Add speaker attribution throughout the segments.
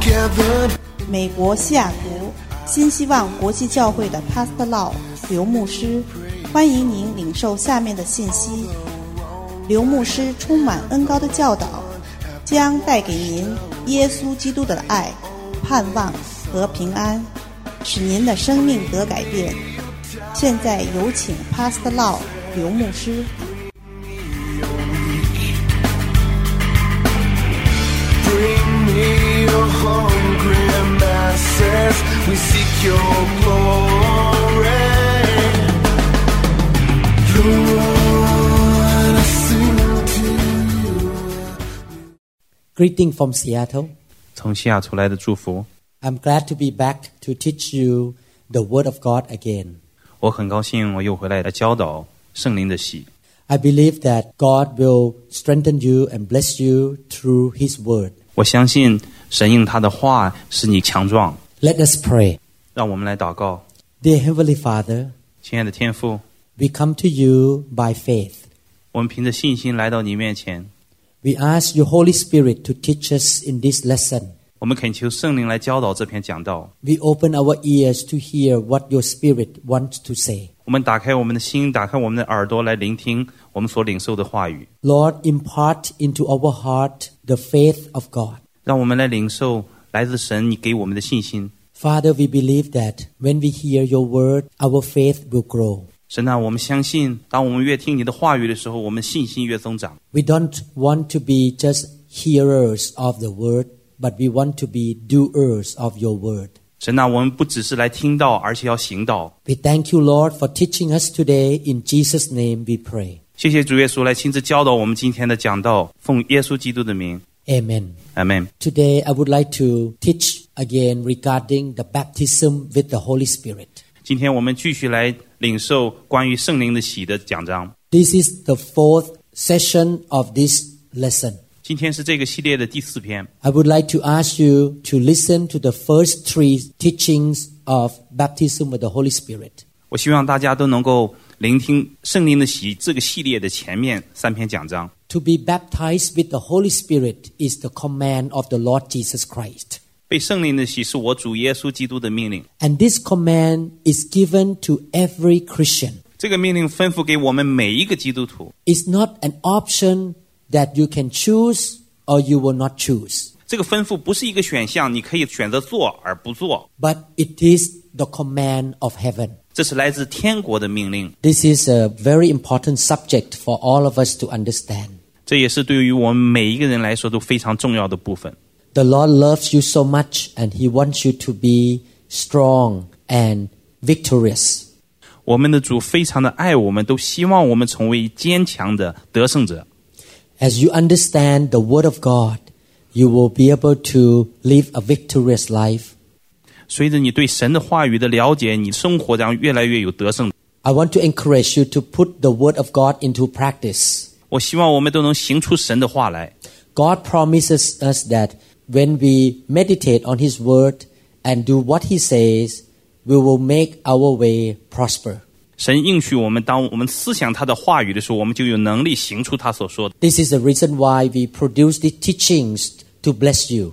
Speaker 1: gathered
Speaker 2: 美国西雅图新希望国际教会的 Pastor Law 刘牧师，欢迎您领受下面的信息。刘牧师充满恩高的教导，将带给您耶稣基督的爱、盼望和平安，使您的生命得改变。现在有请 Pastor Law 刘牧师。
Speaker 1: Bring me your hungry masses. We seek your glory. Lord, I sing to you.
Speaker 3: Greeting from Seattle.
Speaker 4: 从西雅图来的祝福。
Speaker 3: I'm glad to be back to teach you the Word of God again.
Speaker 4: 我很高兴我又回来来教导圣灵的喜。
Speaker 3: I believe that God will strengthen you and bless you through His Word.
Speaker 4: 我相信神应他的话使你强壮。
Speaker 3: Let us pray.
Speaker 4: 让我们来祷告，
Speaker 3: Dear Heavenly Father,
Speaker 4: 亲爱的天父，
Speaker 3: we come to you by faith.
Speaker 4: 我们凭着信心来到你面前，
Speaker 3: We ask your Holy Spirit to teach us in this lesson.
Speaker 4: 我们恳求圣灵来教导这篇讲道。
Speaker 3: We open our ears to hear what your Spirit wants to say.
Speaker 4: 我们打开我们的心，打开我们的耳朵来聆听我们所领受的话语，
Speaker 3: Lord, impart into our heart the faith of God.
Speaker 4: 让我们来领受来自神你给我们的信心。
Speaker 3: Father, we believe that when we hear your word, our faith will grow.
Speaker 4: 神啊，我们相信，当我们越听你的话语的时候，我们信心越增长。
Speaker 3: We don't want to be just hearers of the word, but we want to be doers of your word.
Speaker 4: 神啊，我们不只是来听到，而且要行道。
Speaker 3: We thank you, Lord, for teaching us today. In Jesus' name we pray.
Speaker 4: 谢谢主耶稣来亲自教导我们今天的讲道，奉耶稣基督的名
Speaker 3: Amen.
Speaker 4: a m e
Speaker 3: Today I would like to teach again regarding the baptism with the Holy Spirit.
Speaker 4: 今天我们继续来领受关于圣灵的喜的讲章。
Speaker 3: This is the fourth session of this lesson.
Speaker 4: 今天是这个系列的第四篇，
Speaker 3: I would like to ask you to listen to the first three teachings of baptism with the Holy Spirit.
Speaker 4: 我希望大家都能够聆听圣灵的喜这个系列的前面三篇讲章。
Speaker 3: To be baptized with the Holy Spirit is the command of the Lord Jesus Christ.
Speaker 4: 被圣灵的喜是我主耶稣基督的命令，
Speaker 3: And this command is given to every Christian.
Speaker 4: 这个命令吩咐给我们每一个基督徒，
Speaker 3: It's not an option that you can choose or you will not choose,
Speaker 4: 这个吩咐不是一个选项，你可以选择做而不做，
Speaker 3: but it is the command of heaven.
Speaker 4: 这是来自天国的命令。
Speaker 3: This is a very important subject for all of us to understand.
Speaker 4: 这也是对于我们每一个人来说都非常重要的部分。
Speaker 3: The Lord loves you so much and He wants you to be strong and victorious.
Speaker 4: 我们的主非常的爱我们，都希望我们成为坚强的得胜者。
Speaker 3: As you understand the Word of God, you will be able to live a victorious life.
Speaker 4: 随着你对神的话语的了解，你生活将越来越有得胜。
Speaker 3: I want to encourage you to put the Word of God into practice.
Speaker 4: 我希望我们都能行出神的话来。
Speaker 3: God promises us that when we meditate on His Word and do what He says, we will make our way prosper.
Speaker 4: 神应许我们，当我们思想他的话语的时候，我们就有能力行出他所说的。
Speaker 3: This is the reason why we produce the teachings to bless you.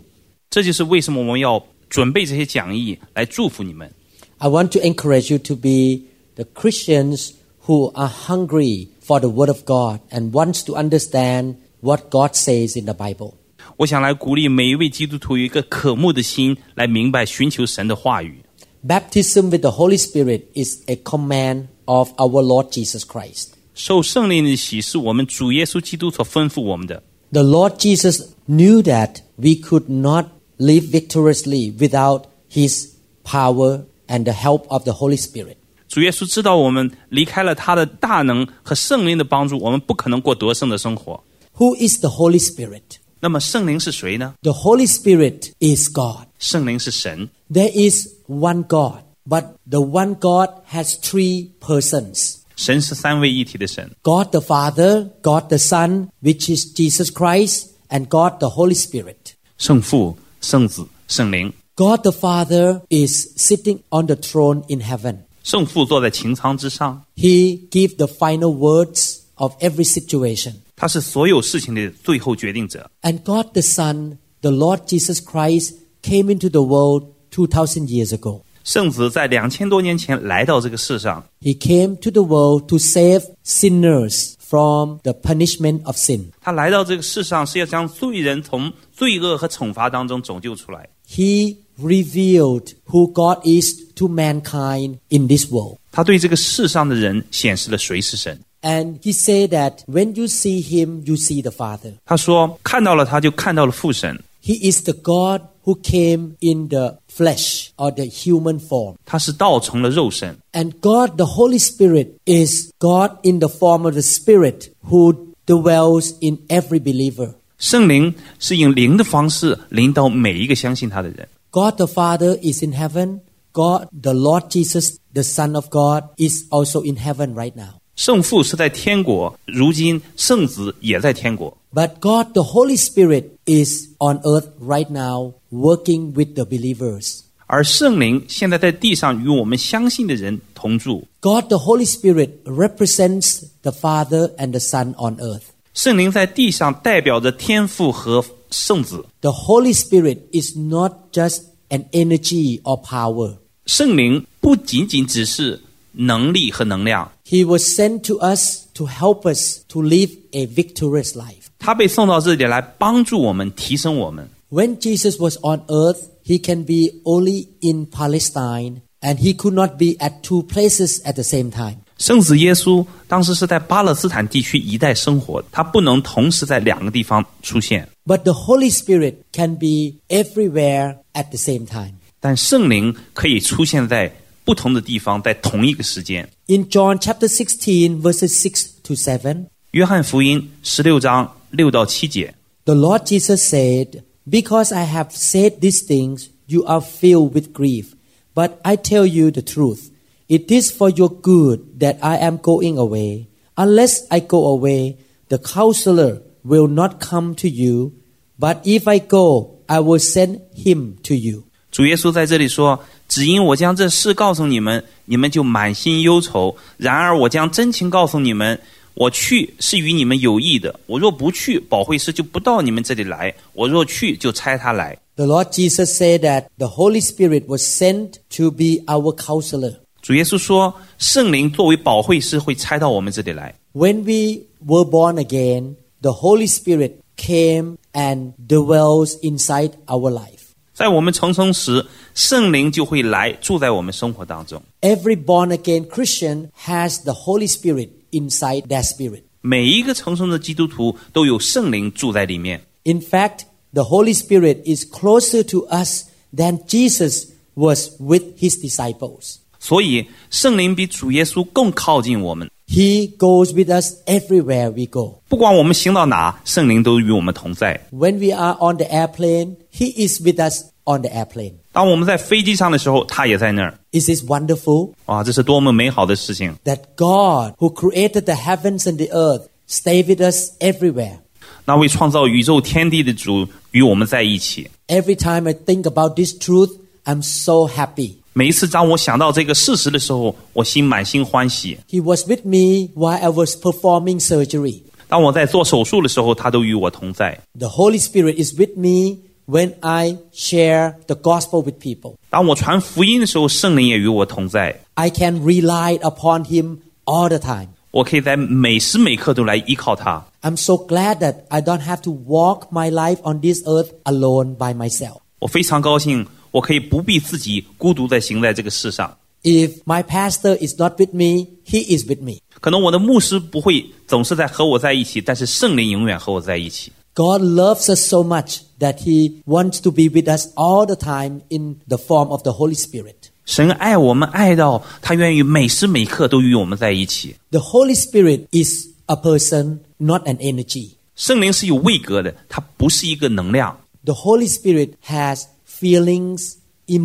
Speaker 4: 这就是为什么我们要准备这些讲义来祝福你们。
Speaker 3: I want to encourage you to be the Christians who are hungry for the word of God and wants to understand what God says in the Bible.
Speaker 4: 我想来鼓励每一位基督徒有一个渴慕的心，来明白寻求神的话语。
Speaker 3: Baptism with the Holy Spirit is a command of our Lord Jesus Christ.
Speaker 4: 受圣灵的洗是我们主耶稣基督所吩咐我们的。
Speaker 3: The Lord Jesus knew that we could not live victoriously without his power and the help of the Holy Spirit.
Speaker 4: 主耶稣知道我们离开了他的大能和圣灵的帮助，我们不可能过得胜的生活。
Speaker 3: Who is the Holy Spirit?
Speaker 4: 那么圣灵是谁呢？
Speaker 3: The Holy Spirit is God.
Speaker 4: 圣灵是神，
Speaker 3: There is one God, but the one God has three persons
Speaker 4: 神是三位一体的神，
Speaker 3: God the Father, God the Son, which is Jesus Christ, and God the Holy Spirit.
Speaker 4: 圣父、圣子、圣灵。
Speaker 3: God the Father is sitting on the throne in heaven.
Speaker 4: 圣父坐在擎苍之上，
Speaker 3: He gives the final words of every situation.
Speaker 4: 他是所有事情的最后决定者。
Speaker 3: And God the Son, the Lord Jesus Christ, came into the world 2,000 years ago.
Speaker 4: 圣子在两千多年前来到这个世上，
Speaker 3: He came to the world to save sinners from the punishment of sin.
Speaker 4: 他来到这个世上是要将罪人从罪恶和惩罚当中拯救出来。
Speaker 3: He revealed who God is to mankind in this world.
Speaker 4: 他对这个世上的人显示了谁是神。
Speaker 3: And he said that when you see him, you see the Father.
Speaker 4: 他说：“看到了他，就看到了父神。
Speaker 3: He is the God who came in the flesh or the human form.
Speaker 4: 他是道成了肉身。
Speaker 3: And God, the Holy Spirit, is God in the form of the Spirit who dwells in every believer.
Speaker 4: 圣灵是以灵的方式临到每一个相信他的人。
Speaker 3: God the Father is in heaven. God, the Lord Jesus, the Son of God, is also in heaven right now.
Speaker 4: 圣父是在天国，如今圣子也在天国。
Speaker 3: But God, the Holy Spirit, is on earth right now working with the believers.
Speaker 4: 而圣灵现在在地上与我们相信的人同住。
Speaker 3: God, the Holy Spirit, represents the Father and the Son on earth.
Speaker 4: 圣灵在地上代表着天父和圣子。
Speaker 3: The Holy Spirit is not just an energy or power.
Speaker 4: 圣灵不仅仅只是能力和能量，
Speaker 3: He was sent to us to help us to live a victorious life.
Speaker 4: 他被送到这里来帮助我们、提升我们。
Speaker 3: When Jesus was on earth, he can be only in Palestine and he could not be at two places at the same time.
Speaker 4: 圣子耶稣当时是在巴勒斯坦地区一带生活，他不能同时在两个地方出现。
Speaker 3: But the Holy Spirit can be everywhere at the same time.
Speaker 4: 但圣灵可以出现在不同的地方，在同一个时间。
Speaker 3: In John chapter 16, verses 6 to 7,
Speaker 4: 约翰福音十六章六到七节，
Speaker 3: The Lord Jesus said, Because I have said these things, you are filled with grief. But I tell you the truth. It is for your good that I am going away. Unless I go away, the counselor will not come to you. But if I go, I will send him to you.
Speaker 4: 主耶稣在这里说：“只因我将这事告诉你们，你们就满心忧愁；然而我将真情告诉你们，我去是与你们有益的。我若不去，保惠师就不到你们这里来；我若去，就差他来。”
Speaker 3: The Lord Jesus said that the Holy Spirit was sent to be our counselor.
Speaker 4: 主耶稣说，圣灵作为保惠师会差到我们这里来。
Speaker 3: When we were born again, the Holy Spirit came and dwells inside our life.
Speaker 4: 在我们重生时，圣灵就会来住在我们生活当中。
Speaker 3: Every born again Christian has the Holy Spirit inside their spirit.
Speaker 4: 每一个重生的基督徒都有圣灵住在里面。
Speaker 3: In fact, the Holy Spirit is closer to us than Jesus was with his disciples.
Speaker 4: 所以，圣灵比主耶稣更靠近我们。
Speaker 3: He goes with us everywhere we go.
Speaker 4: 不管我们行到哪，圣灵都与我们同在。
Speaker 3: When we are on the airplane, he is with us on the airplane.
Speaker 4: 当我们在飞机上的时候，他也在那儿。
Speaker 3: Is this wonderful?
Speaker 4: 哇，这是多么美好的事情！
Speaker 3: that God, who created the heavens and the earth, stay with us everywhere.
Speaker 4: 那位创造宇宙天地的主与我们在一起。
Speaker 3: Every time I think about this truth, I'm so happy.
Speaker 4: 每一次当我想到这个事实的时候，我心满心欢喜。
Speaker 3: He was with me while I was performing surgery.
Speaker 4: 当我在做手术的时候，他都与我同在；
Speaker 3: The Holy Spirit is with me when I share the gospel with people.
Speaker 4: 当我传福音的时候，圣灵也与我同在。
Speaker 3: I can rely upon Him all the time.
Speaker 4: 我可以在每时每刻都来依靠他。
Speaker 3: I'm so glad that I don't have to walk my life on this earth alone by myself.
Speaker 4: 我非常高兴，我可以不必自己孤独地行在这个世上。
Speaker 3: If my pastor is not with me, he is with me.
Speaker 4: 可能我的牧师不会总是在和我在一起，但是圣灵永远和我在一起。
Speaker 3: God loves us so much that He wants to be with us all the time in the form of the Holy Spirit.
Speaker 4: 神爱我们，爱到他愿意每时每刻都与我们在一起。
Speaker 3: The Holy Spirit is a person, not an energy.
Speaker 4: 圣灵是有位格的，它不是一个能量。
Speaker 3: The Holy Spirit has feelings,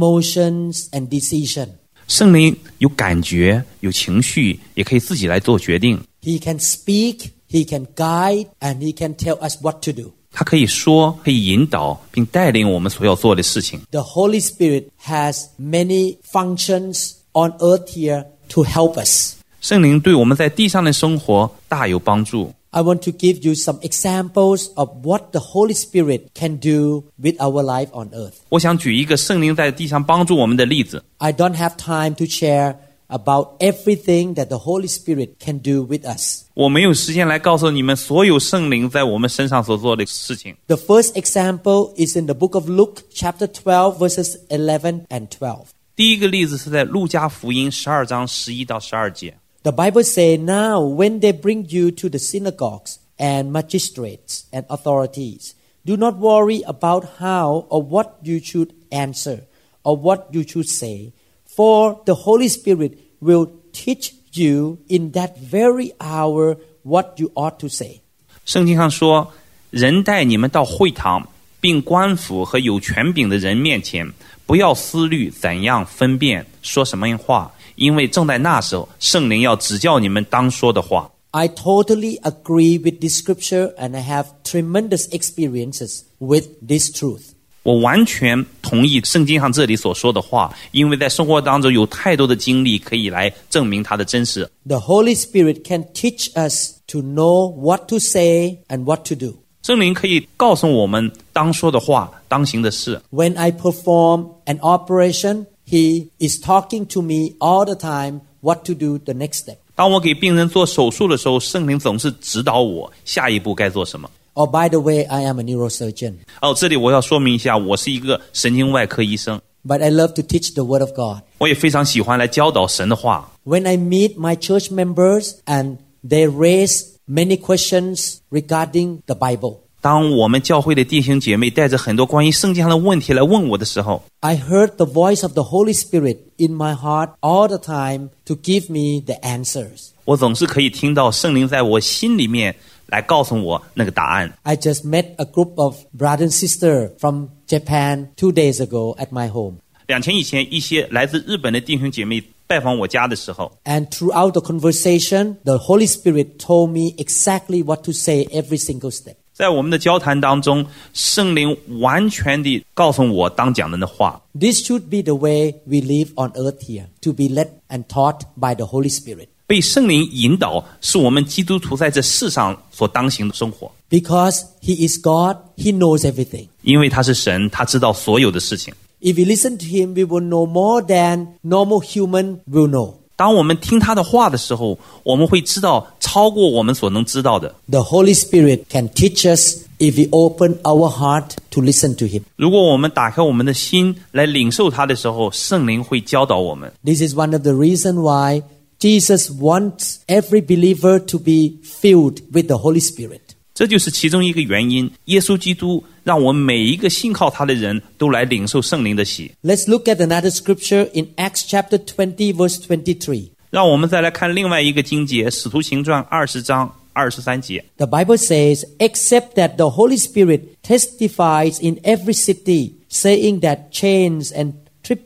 Speaker 3: emotions, and decision.
Speaker 4: 圣灵有感觉，有情绪，也可以自己来做决定。
Speaker 3: He can speak, He can guide, and He can tell us what to do.
Speaker 4: 他可以说，可以引导，并带领我们所要做的事情。
Speaker 3: The Holy Spirit has many functions on earth here to help us.
Speaker 4: 圣灵对我们在地上的生活大有帮助。
Speaker 3: I want to give you some examples of what the Holy Spirit can do with our life on earth.
Speaker 4: 我想举一个圣灵在地上帮助我们的例子。
Speaker 3: I don't have time to share about everything that the Holy Spirit can do with us.
Speaker 4: 我没有时间来告诉你们所有圣灵在我们身上所做的事情。
Speaker 3: The first example is in the book of Luke, chapter 12, verses 11 and 12.
Speaker 4: 第一个例子是在路加福音十二章十一到十二节。
Speaker 3: The Bible says, Now when they bring you to the synagogues and magistrates and authorities, do not worry about how or what you should answer or what you should say, for the Holy Spirit will teach you in that very hour what you ought to say.
Speaker 4: 圣经上说：“人带你们到会堂，并官府和有权柄的人面前，不要思虑怎样分辨说什么话，因为正在那时候，圣灵要指教你们当说的话。
Speaker 3: I totally agree with this scripture and I have tremendous experiences with this truth. ”
Speaker 4: 我完全同意圣经上这里所说的话，因为在生活当中有太多的经历可以来证明它的真实。
Speaker 3: The Holy Spirit can teach us to know what to say and what to do.
Speaker 4: 圣灵可以告诉我们当说的话、当行的事。
Speaker 3: When I perform an operation, he is talking to me all the time what to do the next step.
Speaker 4: 当我给病人做手术的时候，圣灵总是指导我下一步该做什么。
Speaker 3: Oh, by the way, I am a neurosurgeon,
Speaker 4: 哦，这里我要说明一下，我是一个神经外科医生，
Speaker 3: but I love to teach the Word of God.
Speaker 4: 我也非常喜欢来教导神的话。
Speaker 3: When I meet my church members and they raise many questions regarding the Bible,
Speaker 4: 当我们教会的弟兄姐妹带着很多关于圣经上的问题来问我的时候，
Speaker 3: I heard the voice of the Holy Spirit in my heart all the time to give me the answers.
Speaker 4: 我总是可以听到圣灵在我心里面来告诉我那个答案。
Speaker 3: I just met a group of brother and sister from Japan two days ago at my home.
Speaker 4: 两千以前，一些来自日本的弟兄姐妹拜访我家的时候，
Speaker 3: And throughout the conversation, the Holy Spirit told me exactly what to say every single step.
Speaker 4: 在我们的交谈当中，圣灵完全地告诉我当讲的那话。
Speaker 3: This should be the way we live on earth here, to be led and taught by the Holy Spirit.
Speaker 4: 被圣灵引导，是我们基督徒在这世上所当行的生活。
Speaker 3: Because He is God, He knows everything.
Speaker 4: 因为他是神，他知道所有的事情。
Speaker 3: If we listen to Him, we will know more than normal human will know.
Speaker 4: 当我们听他的话的时候，我们会知道超过我们所能知道的。
Speaker 3: The Holy Spirit can teach us if we open our heart to listen to Him.
Speaker 4: 如果我们打开我们的心来领受他的时候，圣灵会教导我们。
Speaker 3: This is one of the reasons why Jesus wants every believer to be filled with the Holy Spirit.
Speaker 4: 这就是其中一个原因。耶稣基督让我们每一个信靠他的人都来领受圣灵的喜。
Speaker 3: Let's look at another scripture in Acts chapter 20, verse 23.
Speaker 4: 让我们再来看另外一个经节，《使徒行传》二十章二十三节。
Speaker 3: The Bible says, Except that the Holy Spirit testifies in every city, saying that chains and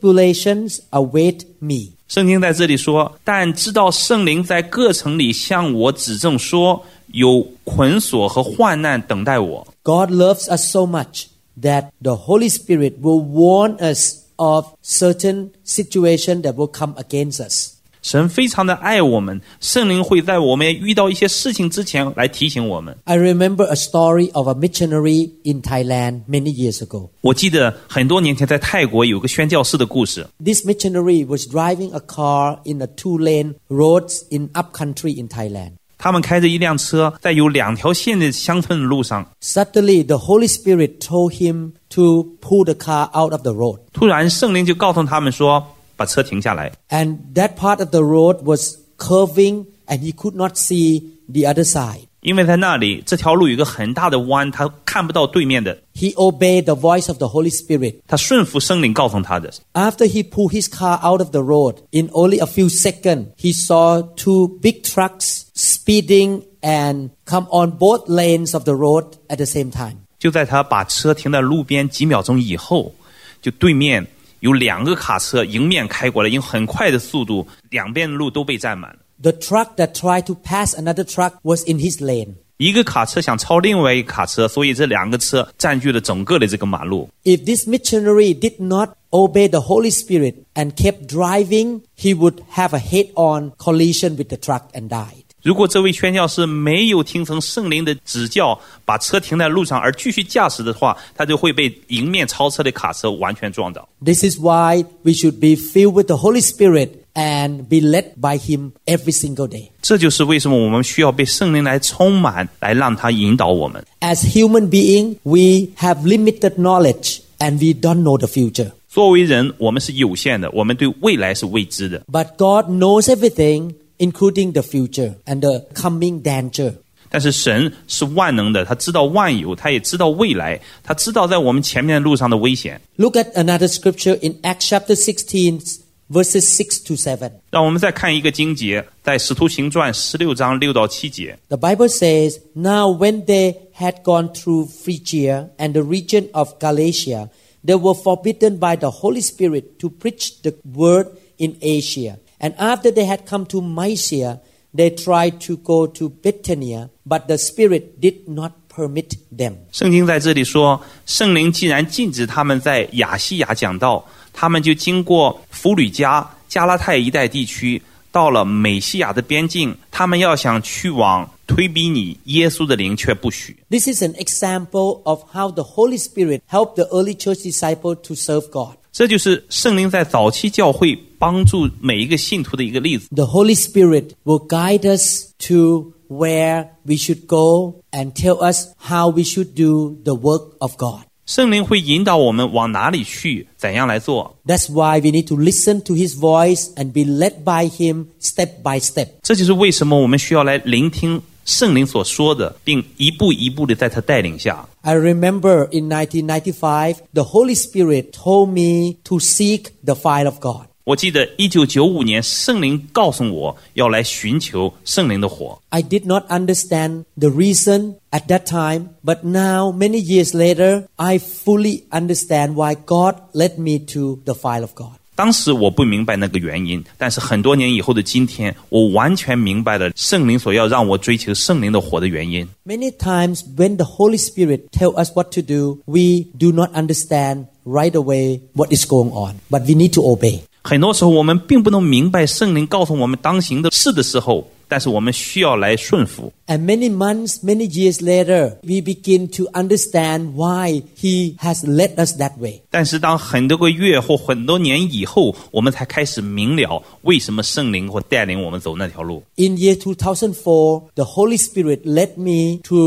Speaker 3: tribulations await me.
Speaker 4: 圣经在这里说：“但知道圣灵在各城里向我指证说，有捆锁和患难等待我。
Speaker 3: God loves us so much that the Holy Spirit will warn us of certain situation that will come against us.
Speaker 4: 神非常的爱我们，圣灵会在我们遇到一些事情之前来提醒我们。
Speaker 3: I remember a story of a missionary in Thailand many years ago.
Speaker 4: 我记得很多年前在泰国有个宣教士的故事，
Speaker 3: This missionary was driving a car in a two-lane road in upcountry in Thailand.
Speaker 4: 他们开着一辆车，在有两条线的乡村的路上，
Speaker 3: Suddenly, the Holy Spirit told him to pull the car out of the road.
Speaker 4: 突然圣灵就告诉他们说：“把车停下来。
Speaker 3: And that part of the road was curving and he could not see the other side. ”
Speaker 4: 因为在那里这条路有一个很大的弯，他看不到对面的，
Speaker 3: He obeyed the voice of the Holy Spirit.
Speaker 4: 他顺服圣灵告诉他的。
Speaker 3: After he pulled his car out of the road, in only a few seconds, he saw two big trucks speeding and come on both lanes of the road at the same time.
Speaker 4: 就在他把车停在路边几秒钟以后，就对面有两个卡车迎面开过来，用很快的速度，两边的路都被占满了。
Speaker 3: The truck that tried to pass another truck was in his lane.
Speaker 4: 一个卡车想超另外一个卡车，所以这两个车占据了整个的这个马路。
Speaker 3: If this missionary did not obey the Holy Spirit and kept driving, he would have a head on collision with the truck and died.
Speaker 4: 如果这位宣教师没有听从圣灵的指教，把车停在路上而继续驾驶的话，他就会被迎面超车的卡车完全撞倒。
Speaker 3: This is why we should be filled with the Holy Spirit and be led by Him every single day.
Speaker 4: 这就是为什么我们需要被圣灵来充满，来让他引导我们。
Speaker 3: As human beings, we have limited knowledge and we don't know the future.
Speaker 4: 作为人，我们是有限的，我们对未来是未知的。
Speaker 3: But God knows everything, including the future and the coming danger.
Speaker 4: 但是神是万能的，他知道万有，他也知道未来，他知道在我们前面的路上的危险。
Speaker 3: Look at another scripture in Acts chapter 16, verses 6 to 7.
Speaker 4: 让我们再看一个经节，在《使徒行传》十六章六到七节，
Speaker 3: The Bible says, Now when they had gone through Phrygia and the region of Galatia, they were forbidden by the Holy Spirit to preach the word in Asia. And after they had come to Mysia, they tried to go to Bithynia, but the Spirit did not permit them.
Speaker 4: 圣经在这里说，圣灵既然禁止他们在亚细亚讲道，他们就经过弗吕加、加拉太一带地区，到了美西亚的边境。他们要想去往推比尼，耶稣的灵却不许。
Speaker 3: This is an example of how the Holy Spirit helped the early church disciple to serve God.
Speaker 4: 这就是圣灵在早期教会帮助每一个信徒的一个例子。
Speaker 3: The Holy Spirit will guide us to where we should go and tell us how we should do the work of God.
Speaker 4: 圣灵会引导我们往哪里去，怎样来做。
Speaker 3: That's why we need to listen to His voice and be led by Him step by step.
Speaker 4: 这就是为什么我们需要来聆听圣灵所说的，并一步一步的在他带领下。
Speaker 3: I remember in 1995, the Holy Spirit told me to seek the fire of God.
Speaker 4: 我记得一九九五年，圣灵告诉我要来寻求圣灵的火。
Speaker 3: I did not understand the reason at that time, but now, many years later, I fully understand why God led me to the file of God.
Speaker 4: 当时我不明白那个原因，但是很多年以后的今天，我完全明白了圣灵所要让我追求圣灵的火的原因。
Speaker 3: Many times, when the Holy Spirit tell us what to do, we do not understand right away what is going on, but we need to obey.
Speaker 4: 很多时候，我们并不能明白圣灵告诉我们当行的事的时候，但是我们需要来顺服。
Speaker 3: And many months, many years later, we begin to understand why He has led us that way.
Speaker 4: 但是当很多个月或很多年以后，我们才开始明了为什么圣灵会带领我们走那条路。
Speaker 3: In year 2004, the Holy Spirit led me to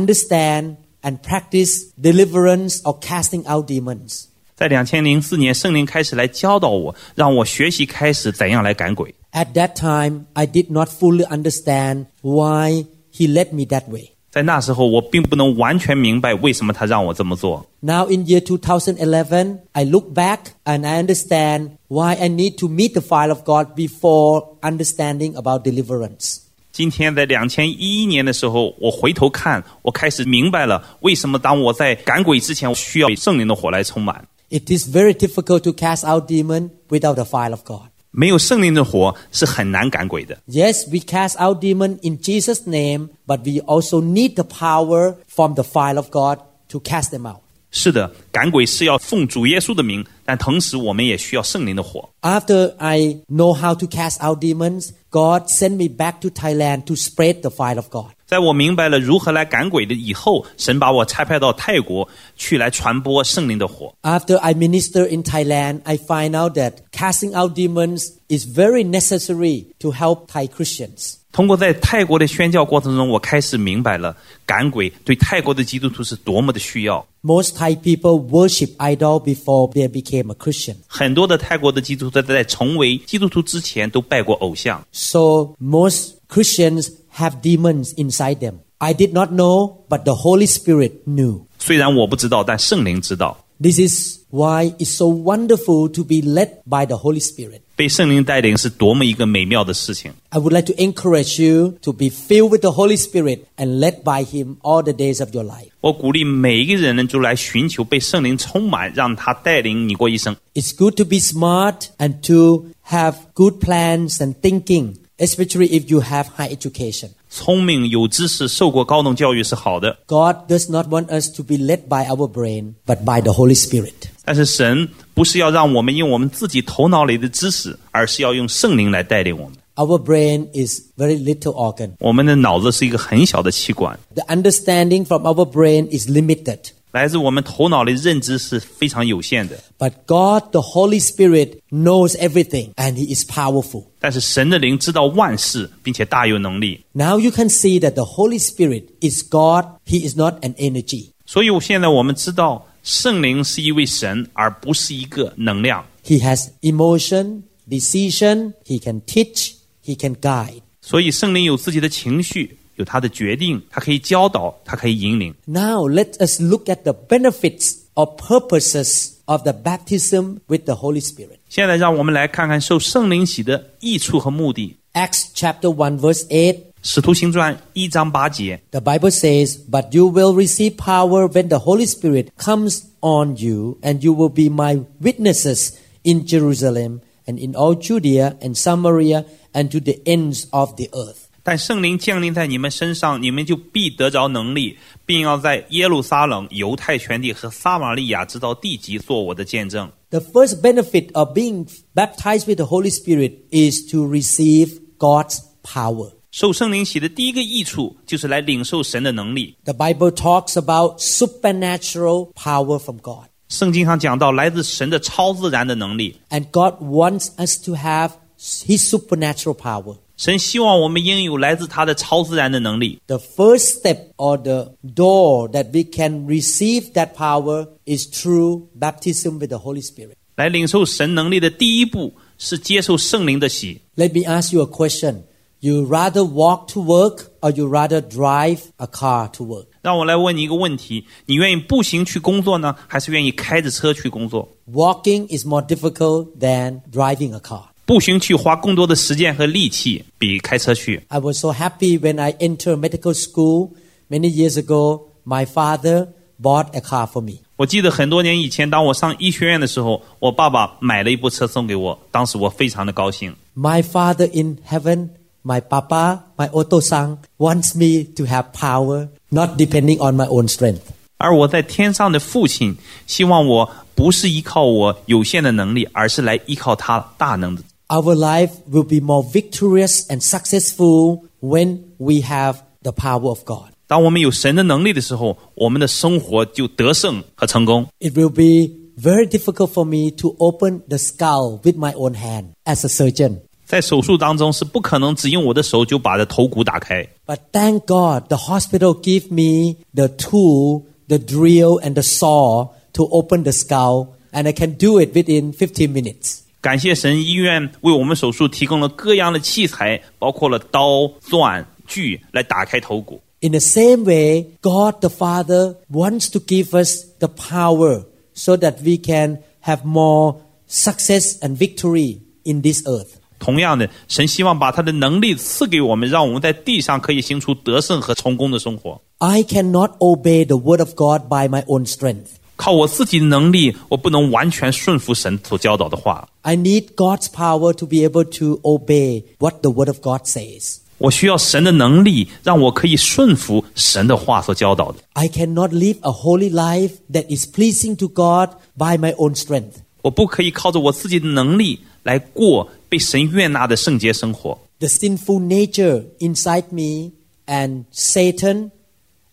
Speaker 3: understand and practice deliverance or casting out demons.
Speaker 4: 在两千零四年，圣灵开始来教导我，让我学习开始怎样来赶鬼。
Speaker 3: At that time, I did not fully understand why he led me that way.
Speaker 4: 在那时候，我并不能完全明白为什么他让我这么做。
Speaker 3: Now in year 2011, I look back and I understand why I need to meet the fire of God before understanding about deliverance.
Speaker 4: 今天在两千一一年的时候，我回头看，我开始明白了为什么当我在赶鬼之前，我需要圣灵的火来充满。
Speaker 3: It is very difficult to cast out demon without the fire of God.
Speaker 4: 没有圣灵的火是很难赶鬼的。
Speaker 3: Yes, we cast out demon in Jesus' name, but we also need the power from the fire of God to cast them out.
Speaker 4: 是的，赶鬼是要奉主耶稣的名，但同时我们也需要圣灵的火。
Speaker 3: After I know how to cast out demons, God sent me back to Thailand to spread the fire of God.
Speaker 4: 在我明白了如何来赶鬼的以后，神把我差派到泰国去来传播圣灵的火。
Speaker 3: After I minister in Thailand, I find out that casting out demons is very necessary to help Thai Christians.
Speaker 4: 通过在泰国的宣教过程中，我开始明白了赶鬼对泰国的基督徒是多么的需要。
Speaker 3: Most Thai people worship idol before they became a Christian.
Speaker 4: 很多的泰国的基督徒在在成为基督徒之前都拜过偶像，
Speaker 3: So most Christians have demons inside them. I did not know, but the Holy Spirit knew.
Speaker 4: 虽然我不知道，但圣灵知道。
Speaker 3: This is why it's so wonderful to be led by the Holy Spirit.
Speaker 4: 被圣灵带领是多么一个美妙的事情！
Speaker 3: I would like to encourage you to be filled with the Holy Spirit and led by Him all the days of your life.
Speaker 4: 我鼓励每一个人呢，就来寻求被圣灵充满，让他带领你过一生。
Speaker 3: It's good to be smart and to have good plans and thinking, especially if you have high education.
Speaker 4: 聪明、有知识、受过高等教育是好的，
Speaker 3: God does not want us to be led by our brain, but by the Holy Spirit.
Speaker 4: 但是神不是要让我们用我们自己头脑里的知识，而是要用圣灵来带领我们。
Speaker 3: Our brain is very little organ.
Speaker 4: 我们的脑子是一个很小的器官，
Speaker 3: The understanding from our brain is limited.
Speaker 4: 来自我们头脑的认知是非常有限的。
Speaker 3: But God, the Holy Spirit, knows everything and He is powerful.
Speaker 4: 但是神的灵知道万事，并且大有能力。
Speaker 3: Now you can see that the Holy Spirit is God. He is not an energy.
Speaker 4: 所以现在我们知道，圣灵是一位神，而不是一个能量。
Speaker 3: He has emotion, decision. He can teach. He can guide.
Speaker 4: 所以圣灵有自己的情绪，有他的决定，他可以教导，他可以引领。
Speaker 3: Now let us look at the benefits or purposes of the baptism with the Holy Spirit.
Speaker 4: 现在让我们来看看受圣灵洗的益处和目的。
Speaker 3: Acts chapter 1 verse 8.
Speaker 4: 使徒行传一章八节，
Speaker 3: The Bible says, But you will receive power when the Holy Spirit comes on you, and you will be my witnesses in Jerusalem and in all Judea and Samaria and to the ends of the earth.
Speaker 4: 但圣灵降临在你们身上，你们就必得着能力，并要在耶路撒冷、犹太全地和撒玛利亚直到地极做我的见证。
Speaker 3: The first benefit of being baptized with the Holy Spirit is to receive God's power.
Speaker 4: 受圣灵洗的第一个益处就是来领受神的能力。
Speaker 3: The Bible talks about supernatural power from God,
Speaker 4: 圣经上讲到，来自神的超自然的能力。
Speaker 3: and God wants us to have His supernatural power.
Speaker 4: 神希望我们应有来自他的超自然的能力。
Speaker 3: The first step or the door that we can receive that power is through baptism with the Holy Spirit.
Speaker 4: 来领受神能力的第一步是接受圣灵的洗。
Speaker 3: Let me ask you a question. You rather walk to work or you rather drive a car to work?
Speaker 4: 让我来问你一个问题：你愿意步行去工作呢，还是愿意开着车去工作？
Speaker 3: Walking is more difficult than driving a car.
Speaker 4: 步行去花更多的时间和力气，比开车去。
Speaker 3: I was so happy when I entered medical school many years ago. My father bought a car for me.
Speaker 4: 我记得很多年以前，当我上医学院的时候，我爸爸买了一部车送给我，当时我非常的高兴。
Speaker 3: My father in heaven, my papa, my otosang wants me to have power, not depending on my own strength.
Speaker 4: 而我在天上的父亲希望我不是依靠我有限的能力，而是来依靠他大能的。
Speaker 3: Our life will be more victorious and successful when we have the power of God.
Speaker 4: 当我们有神的能力的时候，我们的生活就得胜和成功。
Speaker 3: It will be very difficult for me to open the skull with my own hand as a surgeon.
Speaker 4: 在手术当中是不可能只用我的手就把这头骨打开，
Speaker 3: But thank God the hospital gave me the tool, the drill and the saw to open the skull and I can do it within 15 minutes.
Speaker 4: 感谢神，医院为我们手术提供了各样的器材，包括了刀、钻、锯来打开头骨。
Speaker 3: In the same way, God the Father wants to give us the power so that we can have more success and victory in this earth.
Speaker 4: 同样的，神希望把他的能力赐给我们，让我们在地上可以行出得胜和成功的生活。
Speaker 3: I cannot obey the word of God by my own strength.
Speaker 4: 靠我自己的能力，我不能完全顺服神所教导的话。
Speaker 3: I need God's power to be able to obey what the word of God says.
Speaker 4: 我需要神的能力，让我可以顺服神的话所教导的。
Speaker 3: I cannot live a holy life that is pleasing to God by my own strength.
Speaker 4: 我不可以靠着我自己的能力来过被神悦纳的圣洁生活。
Speaker 3: the sinful nature inside me and Satan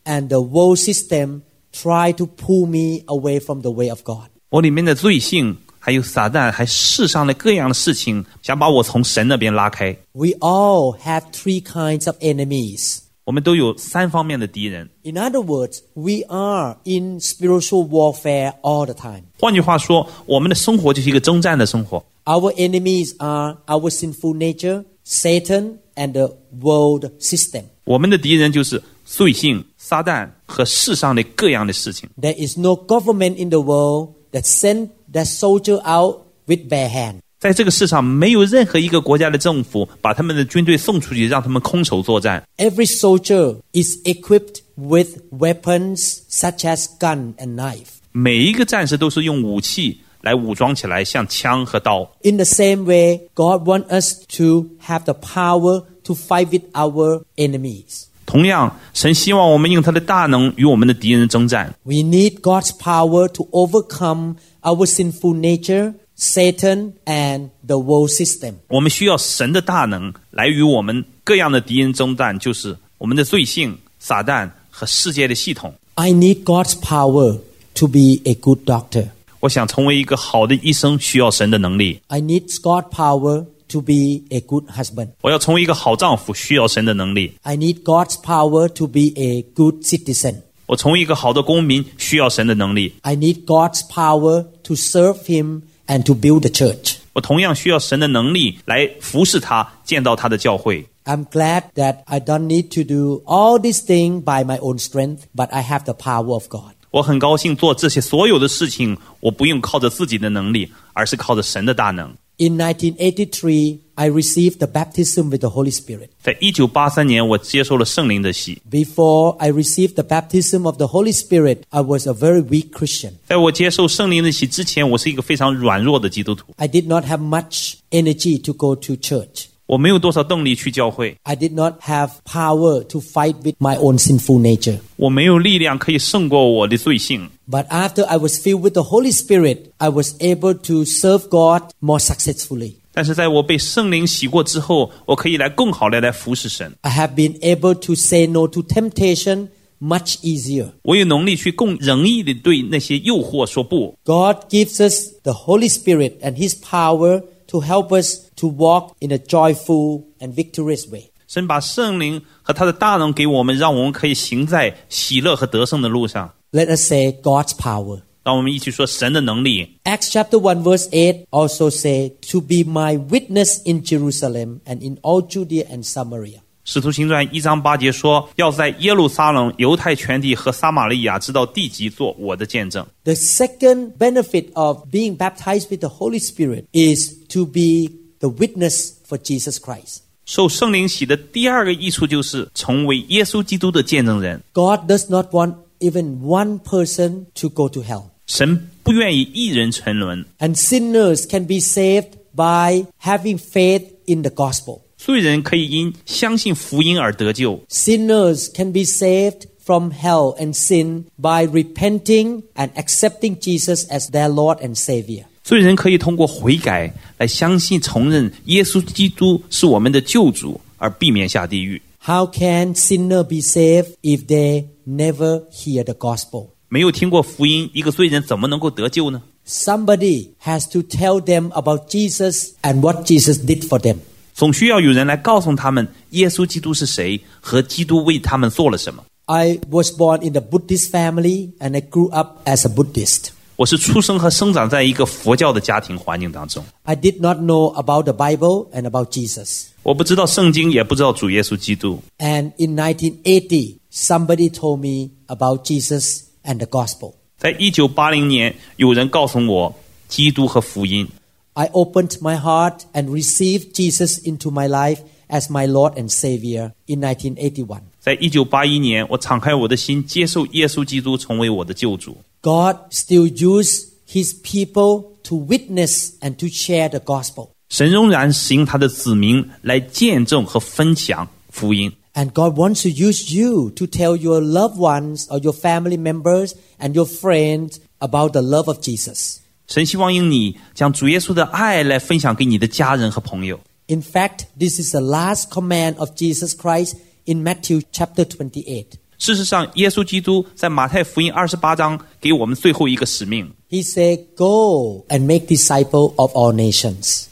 Speaker 3: and the world system try to pull me away from the way of God.
Speaker 4: 我里面的罪性，还有撒旦，还世上的各样的事情，想把我从神那边拉开。
Speaker 3: We all have three kinds of enemies.
Speaker 4: 我们都有三方面的敌人。
Speaker 3: In other words, we are in spiritual warfare all the time.
Speaker 4: 换句话说，我们的生活就是一个征战的生活。
Speaker 3: Our enemies are our sinful nature, Satan, and the world system.
Speaker 4: 我们的敌人就是罪性、撒旦和世上的各样的事情。
Speaker 3: There is no government in the world that sent that soldier out with bare hand.
Speaker 4: 在这个世上，没有任何一个国家的政府把他们的军队送出去，让他们空手作战。
Speaker 3: Every soldier is equipped with weapons such as gun and knife.
Speaker 4: 每一个战士都是用武器来武装起来，像枪和刀。
Speaker 3: In the same way, God wants us to have the power to fight with our enemies.
Speaker 4: 同样，神希望我们用他的大能与我们的敌人征战。
Speaker 3: We need God's power to overcome our sinful nature, Satan, and the world system.
Speaker 4: 我们需要神的大能来与我们各样的敌人征战，就是我们的罪性、撒旦和世界的系统。
Speaker 3: I need God's power to be a good doctor.
Speaker 4: 我想成为一个好的医生，需要神的能力；
Speaker 3: I need God's power to be a good husband.
Speaker 4: 我要成为一个好丈夫，需要神的能力；
Speaker 3: I need God's power to be a good citizen.
Speaker 4: 我成为一个好的公民，需要神的能力；
Speaker 3: I need God's power to serve Him and to build the church.
Speaker 4: 我同样需要神的能力来服侍他，建造他的教会。
Speaker 3: I'm glad that I don't need to do all these things by my own strength, but I have the power of God.
Speaker 4: 我很高兴做这些所有的事情，我不用靠着自己的能力，而是靠着神的大能。
Speaker 3: In 1983, I received the baptism with the Holy Spirit.
Speaker 4: 在一九八三年，我接受了圣灵的洗。
Speaker 3: Before I received the baptism of the Holy Spirit, I was a very weak Christian.
Speaker 4: 在我接受圣灵的洗之前，我是一个非常软弱的基督徒，
Speaker 3: I did not have much energy to go to church.
Speaker 4: 我没有多少动力去教会，
Speaker 3: I did not have power to fight with my own sinful nature.
Speaker 4: 我没有力量可以胜过我的罪性。
Speaker 3: But after I was filled with the Holy Spirit, I was able to serve God more successfully.
Speaker 4: 但是在我被圣灵洗过之后，我可以来更好的来服侍神，
Speaker 3: I have been able to say no to temptation much easier.
Speaker 4: 我有能力去更仁义的对那些诱惑说不。
Speaker 3: God gives us the Holy Spirit and His power to help us to walk in a joyful and victorious way.
Speaker 4: 神把圣灵和他的大能给我们，让我们可以行在喜乐和得胜的路上。
Speaker 3: Let us say God's power.
Speaker 4: 让我们一起说神的能力。
Speaker 3: Acts chapter 1 verse 8 also say to be my witness in Jerusalem and in all Judea and Samaria.
Speaker 4: 使徒行传一章八节说，要在耶路撒冷、犹太全地和撒玛利亚直到地极做我的见证。
Speaker 3: The second benefit of being baptized with the Holy Spirit is to be the witness for Jesus Christ.
Speaker 4: 受圣灵洗的第二个益处就是成为耶稣基督的见证人。
Speaker 3: God does not want even one person to go to hell.
Speaker 4: 神不愿意一人沉沦，
Speaker 3: And sinners can be saved by having faith in the gospel.
Speaker 4: 罪人可以因相信福音而得救，
Speaker 3: Sinners can be saved from hell and sin by repenting and accepting Jesus as their Lord and Savior.
Speaker 4: 罪人可以通过悔改来相信承认耶稣基督是我们的救主，而避免下地狱。
Speaker 3: How can sinner be saved if they never hear the gospel?
Speaker 4: 没有听过福音，一个罪人怎么能够得救呢？
Speaker 3: Somebody has to tell them about Jesus and what Jesus did for them.
Speaker 4: 总需要有人来告诉他们耶稣基督是谁和基督为他们做了什么。
Speaker 3: I was born in a Buddhist family and I grew up as a Buddhist.
Speaker 4: 我是出生和生长在一个佛教的家庭环境当中，
Speaker 3: I did not know about the Bible and about Jesus.
Speaker 4: 我不知道圣经，也不知道主耶稣基督。
Speaker 3: And in 1980, somebody told me about Jesus and the gospel.
Speaker 4: 在一九八零年，有人告诉我基督和福音，
Speaker 3: I opened my heart and received Jesus into my life as my Lord and Savior in 1981.
Speaker 4: 在一九八一年，我敞开我的心，接受耶稣基督成为我的救主。
Speaker 3: God still used his people to witness and to share the gospel.
Speaker 4: 神仍然使用他的子民来见证和分享福音。
Speaker 3: And God wants to use you to tell your loved ones or your family members and your friends about the love of Jesus.
Speaker 4: 神希望用你将主耶稣的爱来分享给你的家人和朋友。
Speaker 3: In fact, this is the last command of Jesus Christ in Matthew chapter 28.
Speaker 4: 事实上，耶稣基督在马太福音二十八章给我们最后一个使命，
Speaker 3: He said, Go and make disciple of all nations.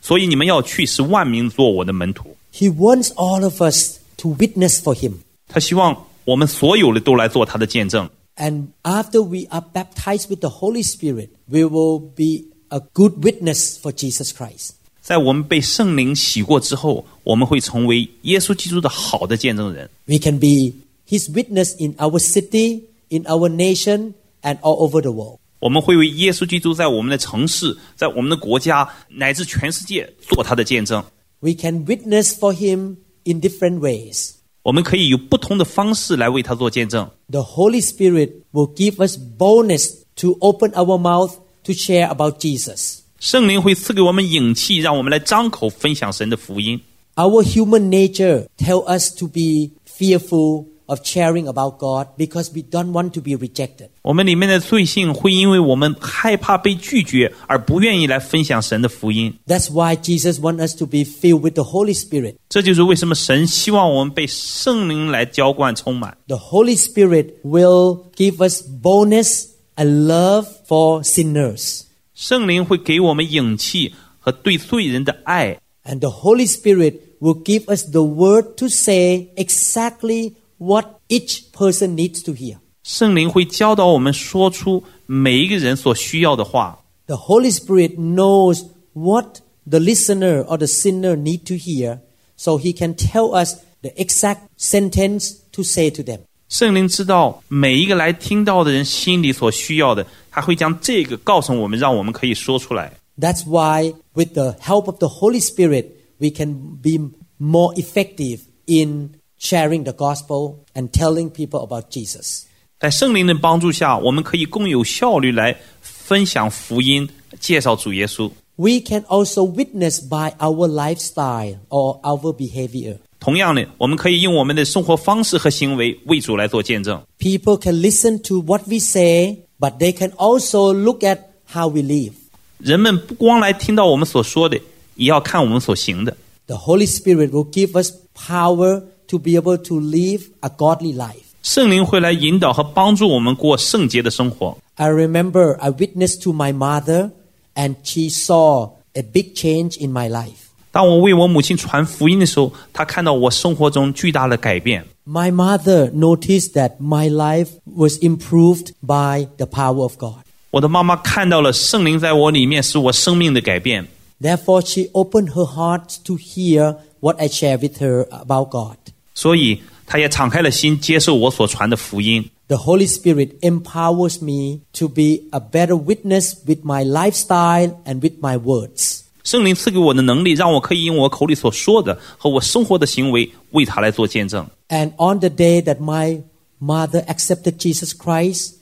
Speaker 4: 所以你们要去，使万民做我的门徒。
Speaker 3: He wants all of us to witness for Him.
Speaker 4: 他希望我们所有的都来做他的见证。
Speaker 3: And after we are baptized with the Holy Spirit, we will be a good witness for Jesus Christ.
Speaker 4: 在我们被圣灵洗过之后，我们会成为耶稣基督的好的见证人。
Speaker 3: We can be His witness in our city, in our nation, and all over the world.
Speaker 4: 我们会为耶稣基督在我们的城市、在我们的国家乃至全世界做他的见证。
Speaker 3: We can witness for Him in different ways.
Speaker 4: 我们可以有不同的方式来为他做见证。
Speaker 3: The Holy Spirit will give us boldness to open our mouth to share about Jesus.
Speaker 4: 圣灵会赐给我们勇气，让我们来张口分享神的福音。
Speaker 3: Our human nature tell us to be fearful of sharing about God because we don't want to be rejected.
Speaker 4: 我们里面的罪性会因为我们害怕被拒绝而不愿意来分享神的福音。
Speaker 3: That's why Jesus wants us to be filled with the Holy Spirit.
Speaker 4: 这就是为什么神希望我们被圣灵来浇灌充满。
Speaker 3: The Holy Spirit will give us boldness and love for sinners.
Speaker 4: 圣灵会给我们勇气和对罪人的爱，
Speaker 3: And the Holy Spirit will give us the word to say exactly what each person needs to hear.
Speaker 4: 圣灵会教导我们说出每一个人所需要的话。
Speaker 3: The Holy Spirit knows what the listener or the sinner need to hear, so he can tell us the exact sentence to say to them.
Speaker 4: 圣灵知道每一个来听到的人心里所需要的，他会将这个告诉我们，让我们可以说出来。
Speaker 3: That's why with the help of the Holy Spirit, we can be more effective in sharing the gospel and telling people about Jesus.
Speaker 4: 在圣灵的帮助下，我们可以更有效率来分享福音，介绍主耶稣。
Speaker 3: We can also witness by our lifestyle or our behavior.
Speaker 4: 同样的，我们可以用我们的生活方式和行为为主来做见证。
Speaker 3: People can listen to what we say, but they can also look at how we live.
Speaker 4: 人们不光来听到我们所说的，也要看我们所行的。
Speaker 3: The Holy Spirit will give us power to be able to live a godly life.
Speaker 4: 圣灵会来引导和帮助我们过圣洁的生活。
Speaker 3: I remember I witnessed to my mother, and she saw a big change in my life.
Speaker 4: 当我为我母亲传福音的时候，她看到我生活中巨大的改变。
Speaker 3: My mother noticed that my life was improved by the power of God.
Speaker 4: 我的妈妈看到了圣灵在我里面使我生命的改变，
Speaker 3: Therefore, she opened her heart to hear what I shared with her about God.
Speaker 4: 所以她也敞开了心，接受我所传的福音。
Speaker 3: The Holy Spirit empowers me to be a better witness with my lifestyle and with my words.
Speaker 4: 圣灵赐给我的能力，让我可以用我口里所说的和我生活的行为为他来做见证。
Speaker 3: And on the day that my mother accepted Jesus Christ,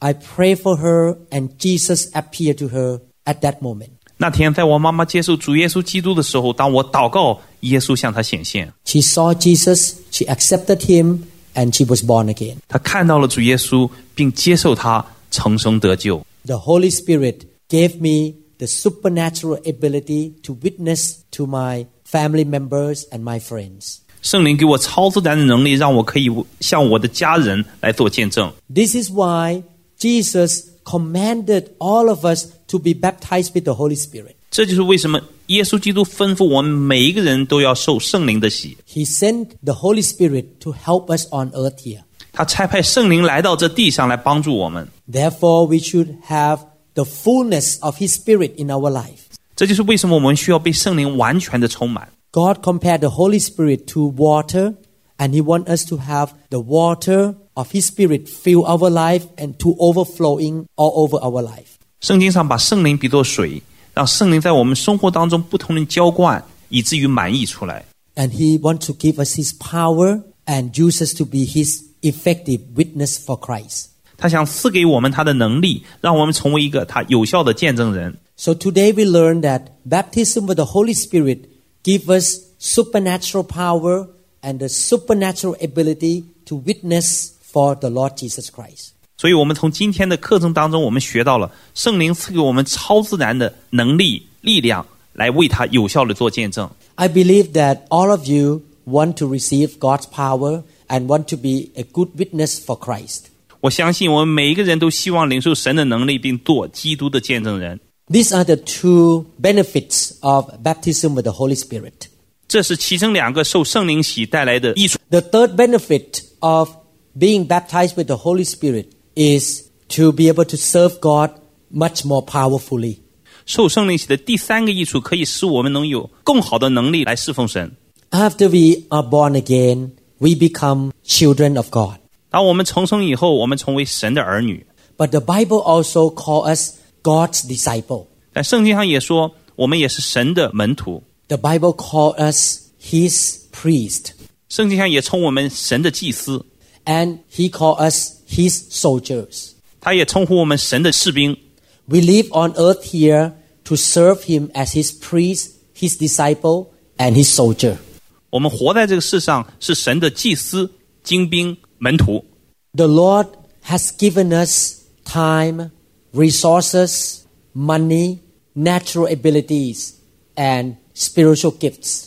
Speaker 3: I prayed for her and Jesus appeared to her at that moment.
Speaker 4: 那天，在我妈妈接受主耶稣基督的时候，当我祷告，耶稣向她显现，
Speaker 3: She saw Jesus, she accepted him, and she was born again.
Speaker 4: 她看到了主耶稣，并接受他重生得救。
Speaker 3: The Holy Spirit gave me the supernatural ability to witness to my family members and my friends.
Speaker 4: 圣灵给我超自然的能力，让我可以向我的家人来做见证。
Speaker 3: This is why Jesus commanded all of us to be baptized with the Holy Spirit.
Speaker 4: 这就是为什么耶稣基督吩咐我们每一个人都要受圣灵的洗。
Speaker 3: He sent the Holy Spirit to help us on earth here.
Speaker 4: 他差派圣灵来到这地上来帮助我们，
Speaker 3: Therefore, we should have the fullness of His Spirit in our life.
Speaker 4: 这就是为什么我们需要被圣灵完全的充满。
Speaker 3: God compared the Holy Spirit to water, and He wants us to have the water of His Spirit fill our life and to overflowing all over our life.
Speaker 4: 圣经上把圣灵比作水，让圣灵在我们生活当中不同的浇灌，以至于满溢出来。
Speaker 3: And He wants to give us His power and use us to be His effective witness for Christ.
Speaker 4: 他想赐给我们他的能力，让我们成为一个他有效的见证人。
Speaker 3: So today we learn that baptism with the Holy Spirit gives us supernatural power and the supernatural ability to witness for the Lord Jesus Christ.
Speaker 4: 所以，我们从今天的课程当中，我们学到了圣灵赐给我们超自然的能力、力量，来为他有效的做见证。
Speaker 3: I believe that all of you want to receive God's power and want to be a good witness for Christ.
Speaker 4: 我相信我们每一个人都希望领受神的能力，并做基督的见证人。
Speaker 3: These are the two benefits of baptism with the Holy Spirit.
Speaker 4: 这是其中两个受圣灵洗带来的益处。
Speaker 3: The third benefit of being baptized with the Holy Spirit is to be able to serve God much more powerfully.
Speaker 4: 受圣灵洗的第三个益处，可以使我们能有更好的能力来侍奉神。
Speaker 3: After we are born again, we become children of God.
Speaker 4: 当我们重生以后，我们成为神的儿女。
Speaker 3: But the Bible also calls us God's disciple.
Speaker 4: 但圣经上也说，我们也是神的门徒。
Speaker 3: The Bible calls us His priest,
Speaker 4: 圣经上也称我们神的祭司，
Speaker 3: and He calls us His soldiers.
Speaker 4: 他也称呼我们神的士兵。
Speaker 3: We live on earth here to serve Him as His priest, His disciple, and His soldier.
Speaker 4: 我们活在这个世上是神的祭司、精兵门徒。
Speaker 3: The Lord has given us time, resources, money, natural abilities, and spiritual gifts.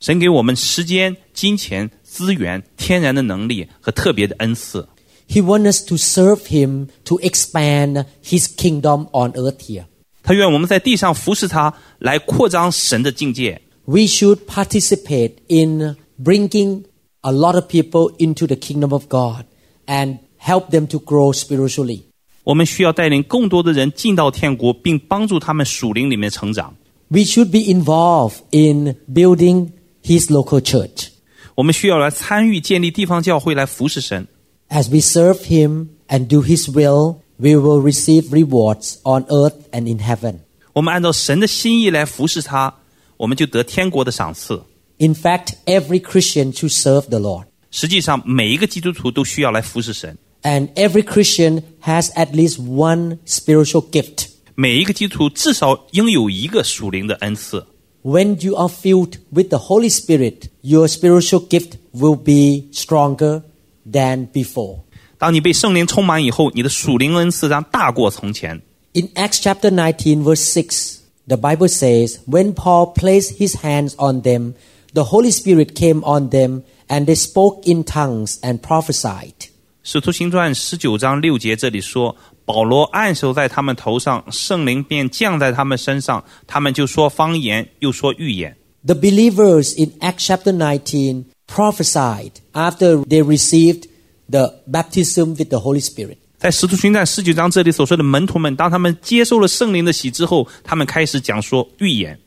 Speaker 4: 神给我们时间、金钱、资源、天然的能力和特别的恩赐。
Speaker 3: He wants us to serve Him to expand His kingdom on earth here.
Speaker 4: 他愿我们在地上服侍他，来扩张神的境界。
Speaker 3: We should participate in bringing a lot of people into the kingdom of God and help them to grow spiritually.
Speaker 4: 我们需要带领更多的人进到天国，并帮助他们属灵里面成长。
Speaker 3: We should be involved in building His local church.
Speaker 4: 我们需要来参与建立地方教会，来服侍神。
Speaker 3: As we serve Him and do His will, we will receive rewards on earth and in heaven.
Speaker 4: 我们按照神的心意来服侍他，我们就得天国的赏赐。
Speaker 3: In fact, every Christian should serve the Lord.
Speaker 4: 实际上，每一个基督徒都需要来服侍神，
Speaker 3: And every Christian has at least one spiritual gift.
Speaker 4: 每一个基督徒至少应有一个属灵的恩赐。
Speaker 3: When you are filled with the Holy Spirit, your spiritual gift will be stronger than before.
Speaker 4: 当你被圣灵充满以后，你的属灵恩赐将大过从前。
Speaker 3: In Acts chapter 19, verse 6, the Bible says, When Paul placed his hands on them, the Holy Spirit came on them, and they spoke in tongues and prophesied.
Speaker 4: 使徒行传十九章六节这里说，保罗按手在他们头上，圣灵便降在他们身上，他们就说方言，又说预言。
Speaker 3: The believers in Acts chapter 19 prophesied after they received the baptism with the Holy Spirit.
Speaker 4: 在使徒行传十九章这里所说的门徒们，当他们接受了圣灵的洗之后，他们开始讲说预言，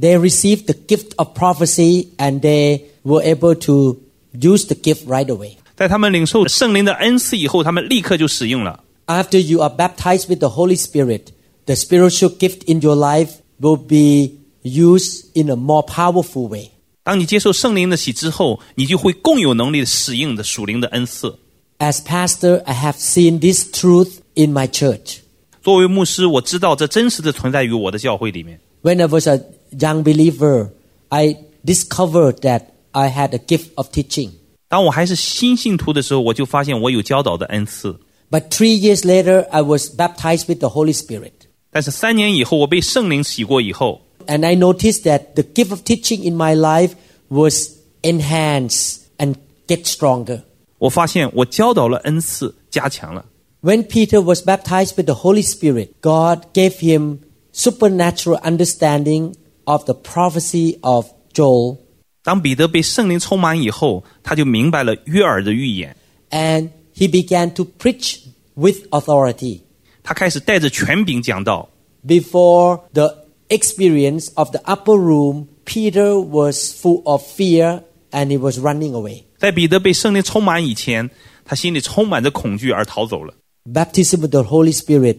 Speaker 3: They received the gift of prophecy and they were able to use the gift right away.
Speaker 4: 在他们领受圣灵的恩赐以后，他们立刻就使用了。
Speaker 3: After you are baptized with the Holy Spirit, the spiritual gift in your life will be used in a more powerful way.
Speaker 4: 当你接受圣灵的洗之后，你就会更有能力使用的属灵的恩赐。
Speaker 3: As pastor, I have seen this truth in my church.
Speaker 4: 作为牧师，我知道这真实的存在于我的教会里面。
Speaker 3: When I was a young believer, I discovered that I had a gift of teaching.
Speaker 4: 当我还是新信徒的时候，我就发现我有教导的恩赐。
Speaker 3: But three years later, I was baptized with the Holy Spirit.
Speaker 4: 但是三年以后，我被圣灵洗过以后，
Speaker 3: And I noticed that the gift of teaching in my life was enhanced and get stronger.
Speaker 4: 我发现我教导了恩赐加强了。
Speaker 3: When Peter was baptized with the Holy Spirit, God gave him supernatural understanding of the prophecy of Joel,
Speaker 4: 当彼得被圣灵充满以后，他就明白了约尔的预言，
Speaker 3: and he began to preach with authority.
Speaker 4: 他开始带着权柄讲道。
Speaker 3: Before the experience of the upper room, Peter was full of fear and he was running away.
Speaker 4: 在彼得被圣灵充满以前，他心里充满着恐惧而逃走了。
Speaker 3: Baptism with the Holy Spirit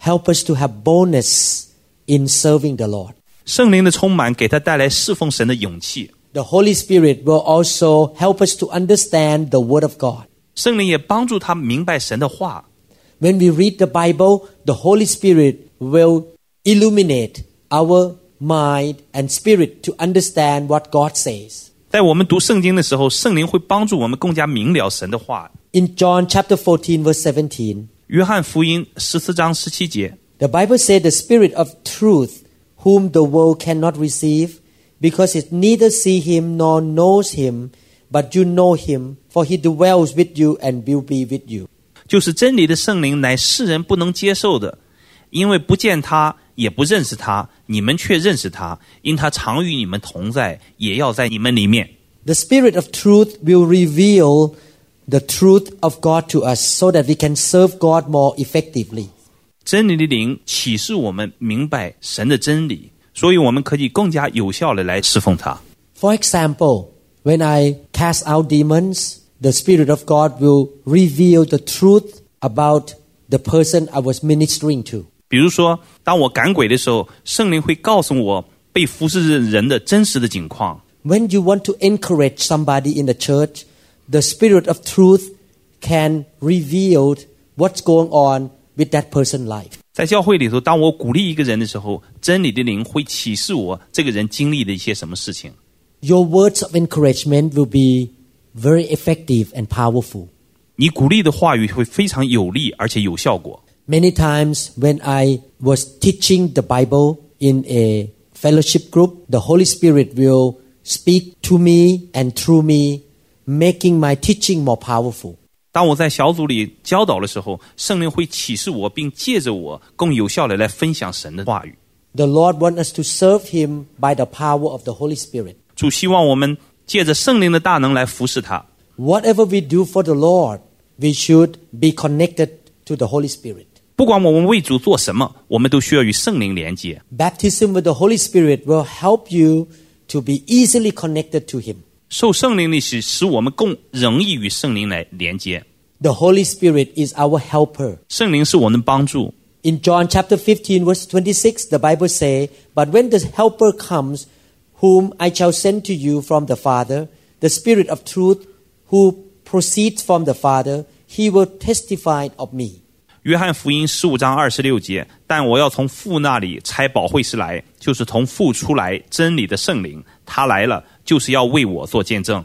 Speaker 3: help us to have boldness in serving the Lord.
Speaker 4: 圣灵的充满给他带来侍奉神的勇气，
Speaker 3: The Holy Spirit will also help us to understand the Word of God.
Speaker 4: 圣灵也帮助他明白神的话。
Speaker 3: When we read the Bible, the Holy Spirit will illuminate our mind and spirit to understand what God says.
Speaker 4: 在我们读圣经的时候，圣灵会帮助我们更加明了神的话。
Speaker 3: In John chapter 14, verse 17,
Speaker 4: 约翰福音十四章十七节，
Speaker 3: the Bible says, The Spirit of truth, whom the world cannot receive, because it neither see him nor knows him, but you know him, for he dwells with you and will be with you.
Speaker 4: 就是真理的圣灵乃世人不能接受的，因为不见他，也不认识他，你们却认识他，因他常与你们同在，也要在你们里面。
Speaker 3: The Spirit of truth will reveal the truth of God to us so that we can serve God more effectively.
Speaker 4: 真理的灵启示我们明白神的真理，所以我们可以更加有效的来侍奉他。
Speaker 3: For example, when I cast out demons, the Spirit of God will reveal the truth about the person I was ministering to.
Speaker 4: 比如说，当我赶鬼的时候，圣灵会告诉我被服侍的人的真实的景况。
Speaker 3: When you want to encourage somebody in the church, the Spirit of truth can reveal what's going on with that person's life.
Speaker 4: 在教会里头，当我鼓励一个人的时候，真理的灵会启示我这个人经历的一些什么事情。
Speaker 3: Your words of encouragement will be very effective and powerful.
Speaker 4: 你鼓励的话语会非常有力，而且有效果。
Speaker 3: Many times when I was teaching the Bible in a fellowship group, the Holy Spirit will speak to me and through me, making my teaching more powerful.
Speaker 4: 当我在小组里教导的时候，圣灵会启示我，并借着我更有效的来分享神的话语。
Speaker 3: The Lord wants us to serve Him by the power of the Holy Spirit.
Speaker 4: 主希望我们借着圣灵的大能来服侍他。
Speaker 3: Whatever we do for the Lord, we should be connected to the Holy Spirit.
Speaker 4: 不管我们为主做什么，我们都需要与圣灵连接。
Speaker 3: Baptism with the Holy Spirit will help you to be easily connected to Him.
Speaker 4: 受圣灵的使，使我们更容易与圣灵来连接。
Speaker 3: The Holy Spirit is our helper.
Speaker 4: 圣灵是我们的帮助。
Speaker 3: In John chapter 15, verse 26, the Bible says, But when the Helper comes, whom I shall send to you from the Father, the Spirit of truth, who proceeds from the Father, he will testify of me.
Speaker 4: 约翰福音十五章二十六节，但我要从父那里差保惠师来，就是从父出来真理的圣灵，他来了，就是要为我做见证。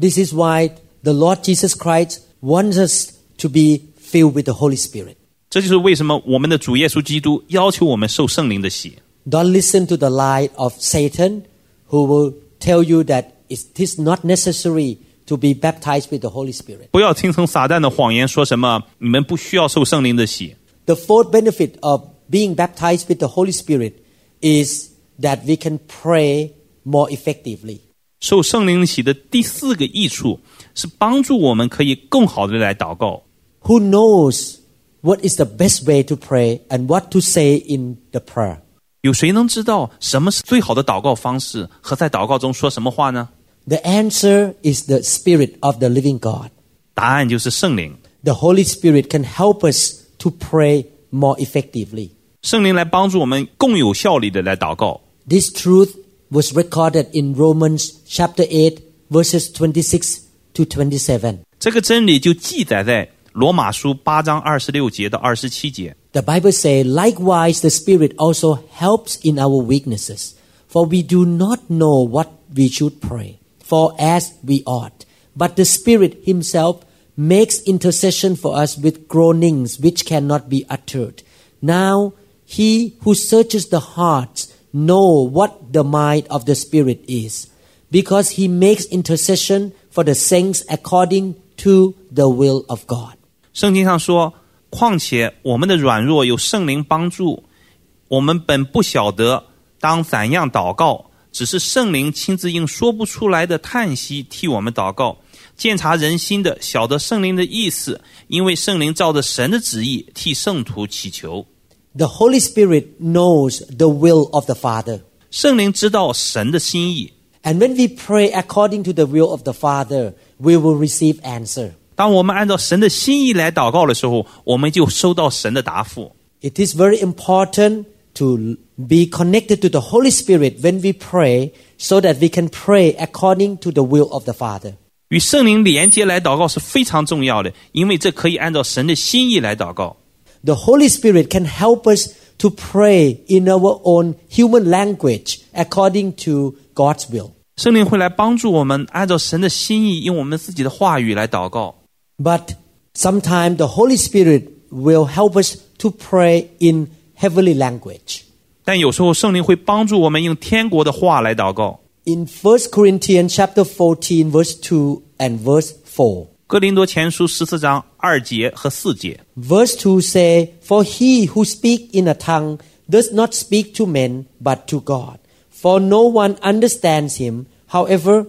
Speaker 3: This is why the Lord Jesus Christ wants us to be filled with the Holy Spirit.
Speaker 4: 这就是为什么我们的主耶稣基督要求我们受圣灵的洗。
Speaker 3: Don't listen to the lie of Satan, who will tell you that it is not necessary to be baptized with the Holy Spirit.
Speaker 4: 不要听从撒旦的谎言，说什么你们不需要受圣灵的洗。
Speaker 3: The fourth benefit of being baptized with the Holy Spirit is that we can pray more effectively.
Speaker 4: 受圣灵洗的第四个益处是帮助我们可以更好的来祷告。
Speaker 3: Who knows what is the best way to pray and what to say in the prayer?
Speaker 4: 有谁能知道什么是最好的祷告方式和在祷告中说什么话呢？
Speaker 3: The answer is the Spirit of the living God.
Speaker 4: 答案就是圣灵。
Speaker 3: The Holy Spirit can help us to pray more effectively.
Speaker 4: 圣灵来帮助我们更有效率的来祷告。
Speaker 3: This truth was recorded in Romans chapter 8 verses 26 to 27.
Speaker 4: 这个真理就记载在罗马书八章二十六节到二十七节。
Speaker 3: The Bible says, likewise, the Spirit also helps in our weaknesses, for we do not know what we should pray for as we ought. But the Spirit Himself makes intercession for us with groanings which cannot be uttered. Now, He who searches the hearts know what the mind of the Spirit is, because He makes intercession for the saints according to the will of God.
Speaker 4: 圣经上说：“况且我们的软弱有圣灵帮助，我们本不晓得当怎样祷告，只是圣灵亲自用说不出来的叹息替我们祷告。鉴察人心的，晓得圣灵的意思，因为圣灵照着神的旨意替圣徒祈求。
Speaker 3: The Holy Spirit knows the will of the Father.
Speaker 4: 圣灵知道神的心意。
Speaker 3: And when we pray according to the will of the Father, we will receive answer.
Speaker 4: 当我们按照神的心意来祷告的时候，我们就收到神的答复。
Speaker 3: It is very important to be connected to the Holy Spirit when we pray so that we can pray according to the will of the Father.
Speaker 4: 与圣灵连接来祷告是非常重要的，因为这可以按照神的心意来祷告。
Speaker 3: The Holy Spirit can help us to pray in our own human language according to God's will.
Speaker 4: 圣灵会来帮助我们，按照神的心意，用我们自己的话语来祷告。
Speaker 3: But sometimes the Holy Spirit will help us to pray in heavenly language.
Speaker 4: 但有时候，圣灵会帮助我们用天国的话来祷告。
Speaker 3: In 1 Corinthians chapter 14 verse 2 and verse 4.
Speaker 4: 哥林多前书十四章二节和四节，
Speaker 3: Verse 2 say, For he who speak in a tongue does not speak to men but to God. For no one understands him. However,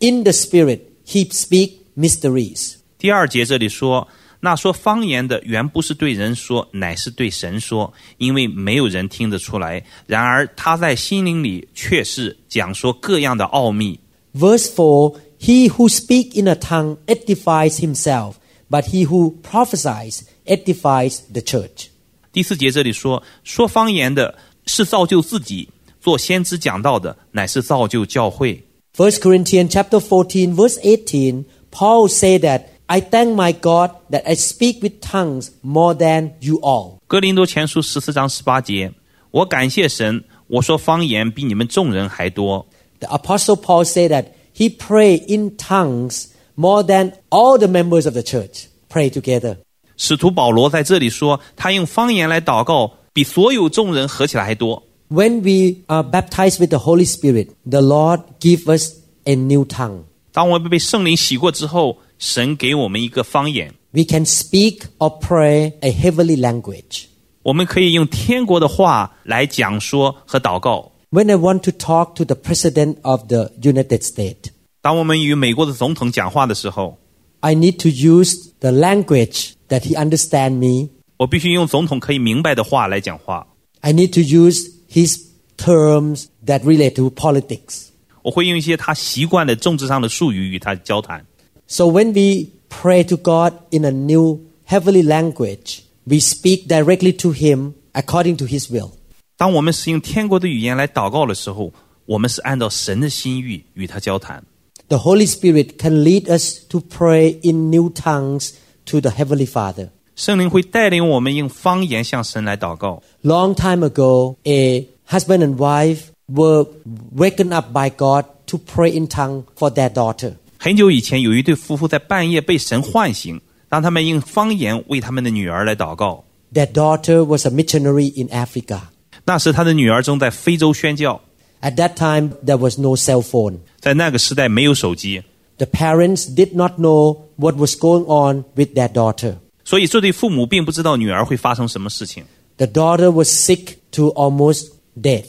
Speaker 3: in the spirit he speak mysteries.
Speaker 4: 第二节这里说：“那说方言的，原不是对人说，乃是对神说，因为没有人听得出来。然而他在心灵里却是讲说各样的奥秘。”
Speaker 3: Verse 4, He who speak in a tongue edifies himself, but he who prophesies edifies the church.
Speaker 4: 第四节这里说，说方言的是造就自己，做先知讲道的乃是造就教会。
Speaker 3: 1 Corinthians chapter 14 verse 18 Paul say that I thank my God that I speak with tongues more than you all.
Speaker 4: 哥林多前书十四章十八节，我感谢神，我说方言比你们众人还多。
Speaker 3: The apostle Paul say that he pray in tongues more than all the members of the church. pray together.
Speaker 4: 使徒保罗在这里说，他用方言来祷告，比所有众人合起来还多。
Speaker 3: When we are baptized with the Holy Spirit, the Lord give us a new tongue.
Speaker 4: 当我们被圣灵洗过之后，神给我们一个方言，
Speaker 3: We can speak or pray a heavenly language.
Speaker 4: 我们可以用天国的话来讲说和祷告。
Speaker 3: When I want to talk to the President of the United States,
Speaker 4: 当我们与美国的总统讲话的时候，
Speaker 3: I need to use the language that he understand me.
Speaker 4: 我必须用总统可以明白的话来讲话。
Speaker 3: I need to use his terms that relate to politics.
Speaker 4: 我会用一些他习惯的政治上的术语与他交谈。
Speaker 3: So when we pray to God in a new heavenly language, we speak directly to him according to his will.
Speaker 4: 当我们使用天国的语言来祷告的时候，我们是按照神的心意与他交谈。
Speaker 3: The Holy Spirit can lead us to pray in new tongues to the Heavenly Father.
Speaker 4: 圣灵会带领我们用方言向神来祷告。
Speaker 3: Long time ago, a husband and wife were wakened up by God to pray in tongue for their daughter.
Speaker 4: 很久以前，有一对夫妇在半夜被神唤醒，让他们用方言为他们的女儿来祷告。
Speaker 3: Their daughter was a missionary in Africa.
Speaker 4: 那时，他的女儿正在非洲宣教，
Speaker 3: At that time, there was no cell phone.
Speaker 4: 在那个时代没有手机，
Speaker 3: The parents did not know what was going on with their daughter.
Speaker 4: 所以这对父母并不知道女儿会发生什么事情。
Speaker 3: The daughter was sick to almost death.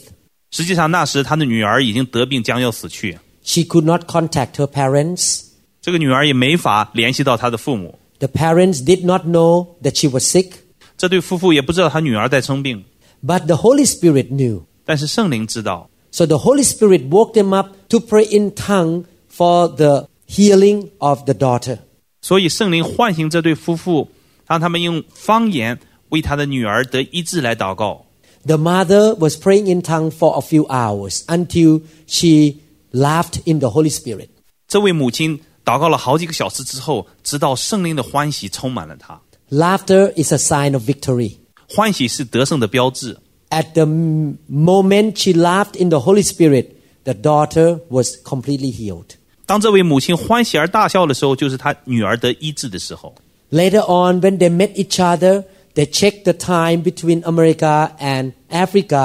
Speaker 4: 实际上，那时他的女儿已经得病，将要死去。
Speaker 3: She could not contact her parents.
Speaker 4: 这个女儿也没法联系到她的父母。
Speaker 3: The parents did not know that she was sick.
Speaker 4: 这对夫妇也不知道她女儿在生病，
Speaker 3: But the Holy Spirit knew.
Speaker 4: 但是圣灵知道，
Speaker 3: So the Holy Spirit woke them up to pray in tongue for the healing of the daughter.
Speaker 4: 所以圣灵唤醒这对夫妇，让他们用方言为他的女儿得医治来祷告。
Speaker 3: The mother was praying in tongue for a few hours until she laughed in the Holy Spirit.
Speaker 4: 这位母亲祷告了好几个小时之后，直到圣灵的欢喜充满了她。
Speaker 3: Laughter is a sign of victory.
Speaker 4: 欢喜是得胜的标志。
Speaker 3: At the m- moment she laughed in the Holy Spirit, the daughter was completely healed.
Speaker 4: 当这位母亲欢喜而大笑的时候，就是她女儿得医治的时候。
Speaker 3: Later on, when they met each other, they checked the time between America and Africa.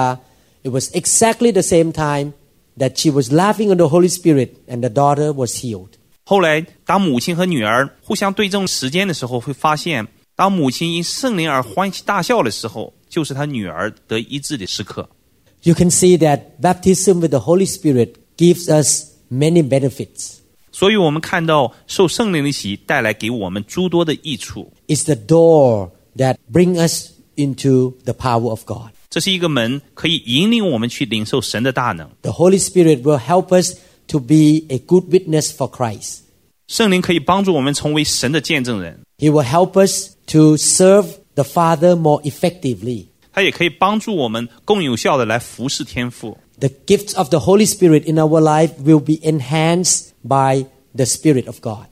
Speaker 3: It was exactly the same time that she was laughing on the Holy Spirit and the daughter was healed.
Speaker 4: 后来，当母亲和女儿互相对证时间的时候，会发现，当母亲因圣灵而欢喜大笑的时候，就是她女儿得医治的时刻。
Speaker 3: You can see that baptism with the Holy Spirit gives us many benefits.
Speaker 4: 所以，我们看到受圣灵的洗带来给我们诸多的益处，
Speaker 3: It's the door that brings us into the power of God.
Speaker 4: 这是一个门，可以引领我们去领受神的大能。
Speaker 3: The Holy Spirit will help us to be a good witness for Christ.
Speaker 4: 圣灵可以帮助我们成为神的见证人，
Speaker 3: He will help us to serve the Father more effectively.
Speaker 4: 他也可以帮助我们更有效的来服侍天父。
Speaker 3: The gifts of the Holy Spirit in our life will be enhanced by the Spirit of God.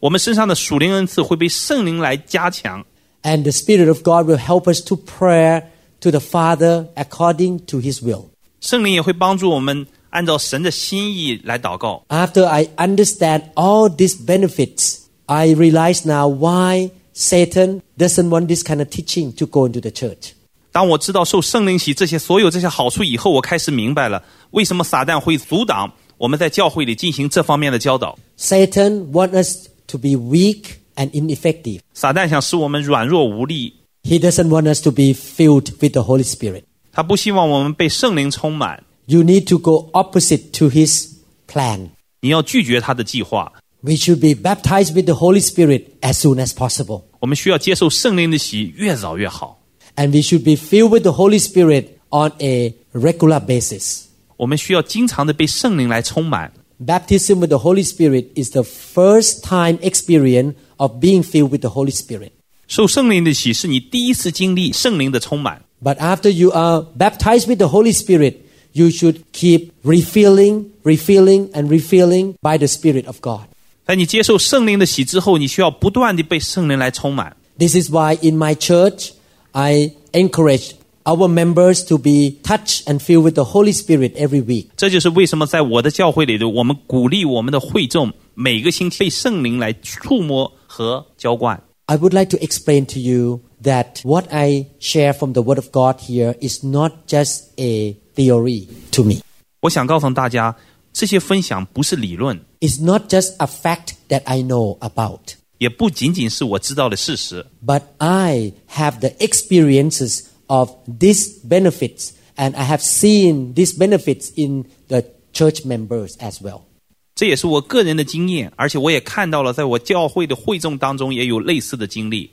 Speaker 4: 我们身上的属灵恩赐会被圣灵来加强，
Speaker 3: And the Spirit of God will help us to pray to the Father according to His will.
Speaker 4: 圣灵也会帮助我们按照神的心意来祷告。
Speaker 3: After I understand all these benefits, I realize now why Satan doesn't want this kind of teaching to go into the church.
Speaker 4: 当我知道受圣灵洗这些所有这些好处以后，我开始明白了为什么撒旦会阻挡我们在教会里进行这方面的教导。
Speaker 3: Satan wants us to be weak and ineffective.
Speaker 4: 撒旦想使我们软弱无力，
Speaker 3: He doesn't want us to be filled with the Holy Spirit.
Speaker 4: 他不希望我们被圣灵充满。
Speaker 3: You need to go opposite to his plan.
Speaker 4: 你要拒绝他的计划。
Speaker 3: We should be baptized with the Holy Spirit as soon as possible.
Speaker 4: 我们需要接受圣灵的洗，越早越好。
Speaker 3: And we should be filled with the Holy Spirit on a regular basis.
Speaker 4: 我们需要经常的被圣灵来充满。
Speaker 3: Baptism with the Holy Spirit is the first time experience of being filled with the Holy Spirit.
Speaker 4: 受圣灵的洗是你第一次经历圣灵的充满，
Speaker 3: But after you are baptized with the Holy Spirit, you should keep refilling, refilling, and refilling by the Spirit of God.
Speaker 4: 在你接受圣灵的洗之后，你需要不断的被圣灵来充满。
Speaker 3: This is why in my church, I encourage our members to be touched and filled with the Holy Spirit every week.
Speaker 4: 这就是为什么在我的教会里头，我们鼓励我们的会众每个星期被圣灵来触摸和浇灌。
Speaker 3: I would like to explain to you that what I share from the Word of God here is not just a theory to me.
Speaker 4: 我想告诉大家，这些分享不是理论，
Speaker 3: It's not just a fact that I know about,
Speaker 4: 也不仅仅是我知道的事实，
Speaker 3: but I have the experiences of these benefits and I have seen these benefits in the church members as well.
Speaker 4: 这也是我个人的经验，而且我也看到了，在我教会的会众当中也有类似的经历。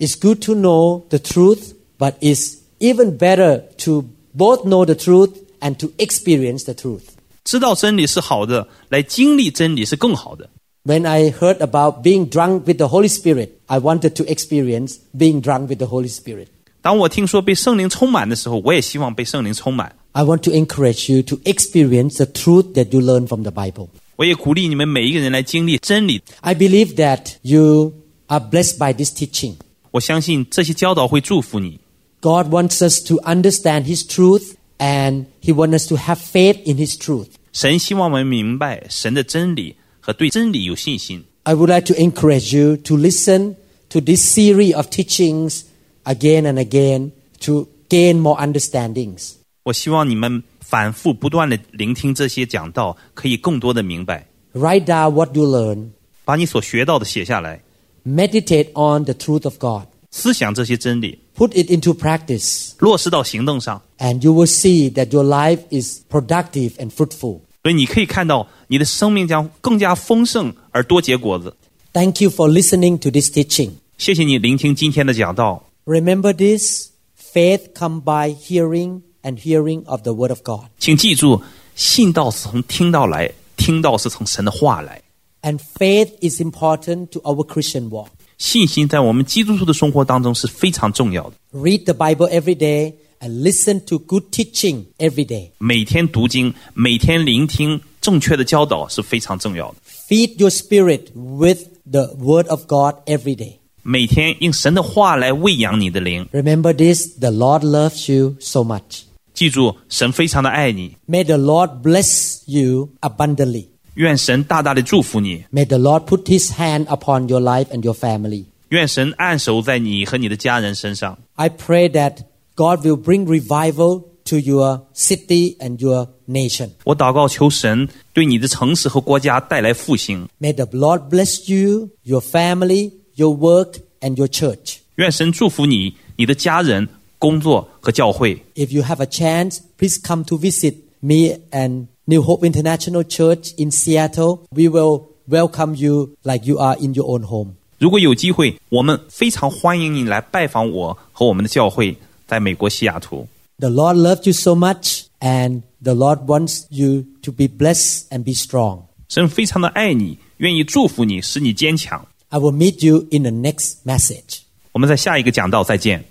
Speaker 3: It's good to know the truth, but it's even better to both know the truth and to experience the truth.
Speaker 4: 知道真理是好的，来经历真理是更好的。
Speaker 3: When I heard about being drunk with the Holy Spirit, I wanted to experience being drunk with the Holy Spirit.
Speaker 4: 当我听说被圣灵充满的时候，我也希望被圣灵充满。
Speaker 3: I want to encourage you to experience the truth that you learn from the Bible.
Speaker 4: 我也鼓励你们每一个人来经历真理。
Speaker 3: I believe that you are blessed by this teaching.
Speaker 4: 我相信这些教导会祝福你。
Speaker 3: God wants us to understand His truth and He wants us to have faith in His truth.
Speaker 4: 神希望我们明白神的真理和对真理有信心。
Speaker 3: I would like to encourage you to listen to this series of teachings again and again to gain more understandings.
Speaker 4: 我希望你们反复不断的聆听这些讲道，可以更多的明白，
Speaker 3: Write down what you learn,
Speaker 4: 把你所学到的写下来，
Speaker 3: meditate on the truth of God,
Speaker 4: 思想这些真理，
Speaker 3: put it into practice,
Speaker 4: 落实到行动上。
Speaker 3: and you will see that your life is productive and fruitful.
Speaker 4: 所以你可以看到，你的生命将更加丰盛而多结果子。
Speaker 3: Thank you for listening to this teaching.
Speaker 4: 谢谢你聆听今天的讲道。
Speaker 3: Remember this faith come by hearing and hearing of the word of God.
Speaker 4: 请记住，信道是从听到来，听到是从神的话来。
Speaker 3: And faith is important to our Christian walk.
Speaker 4: 信心在我们基督徒的生活当中是非常重要的。
Speaker 3: Read the Bible every day and listen to good teaching every day.
Speaker 4: 每天读经，每天聆听正确的教导是非常重要的。
Speaker 3: Feed your spirit with the word of God every day.
Speaker 4: 每天用神的话来喂养你的灵。
Speaker 3: Remember this, the Lord loves you so much.
Speaker 4: 记住，神非常的爱你，
Speaker 3: May the Lord bless you abundantly.
Speaker 4: 愿神大大的祝福你，
Speaker 3: May the Lord put his hand upon your life and your family.
Speaker 4: 愿神按手在你和你的家人身上。
Speaker 3: I pray that God will bring revival to your city and your nation.
Speaker 4: 我祷告求神对你的城市和国家带来复兴，
Speaker 3: May the Lord bless you, your family, your work, and your church.
Speaker 4: 愿神祝福你、你的家人、工作和教会。
Speaker 3: If you have a chance, please come to visit me and New Hope International Church in Seattle. We will welcome you like you are in your own home.
Speaker 4: 如果有机会，我们非常欢迎你来拜访我和我们的教会，在美国西雅图。
Speaker 3: The Lord loves you so much, and the Lord wants you to be blessed and be strong.
Speaker 4: 神非常的爱你，愿意祝福你，使你坚强。
Speaker 3: I will meet you in the next message.
Speaker 4: 我们在下一个讲道再见。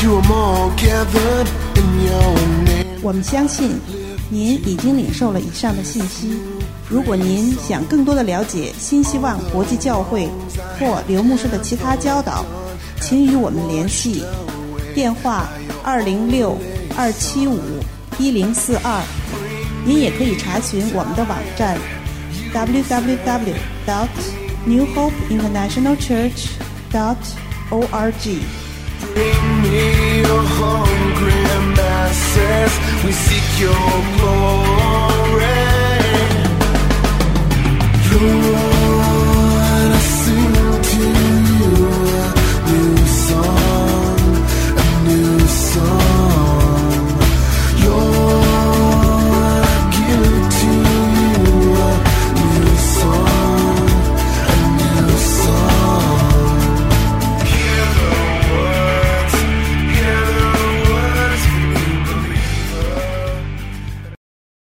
Speaker 1: To 'em all gathered in your name.
Speaker 2: 我们相信您已经领受了以上的信息。如果您想更多的了解新希望国际教会或刘牧师的其他教导，请与我们联系，电话二零六二七五一零四二。您也可以查询我们的网站 www. dot New Hope International Church. dot org。
Speaker 1: Bring me your hungry masses. We seek your glory. Lord,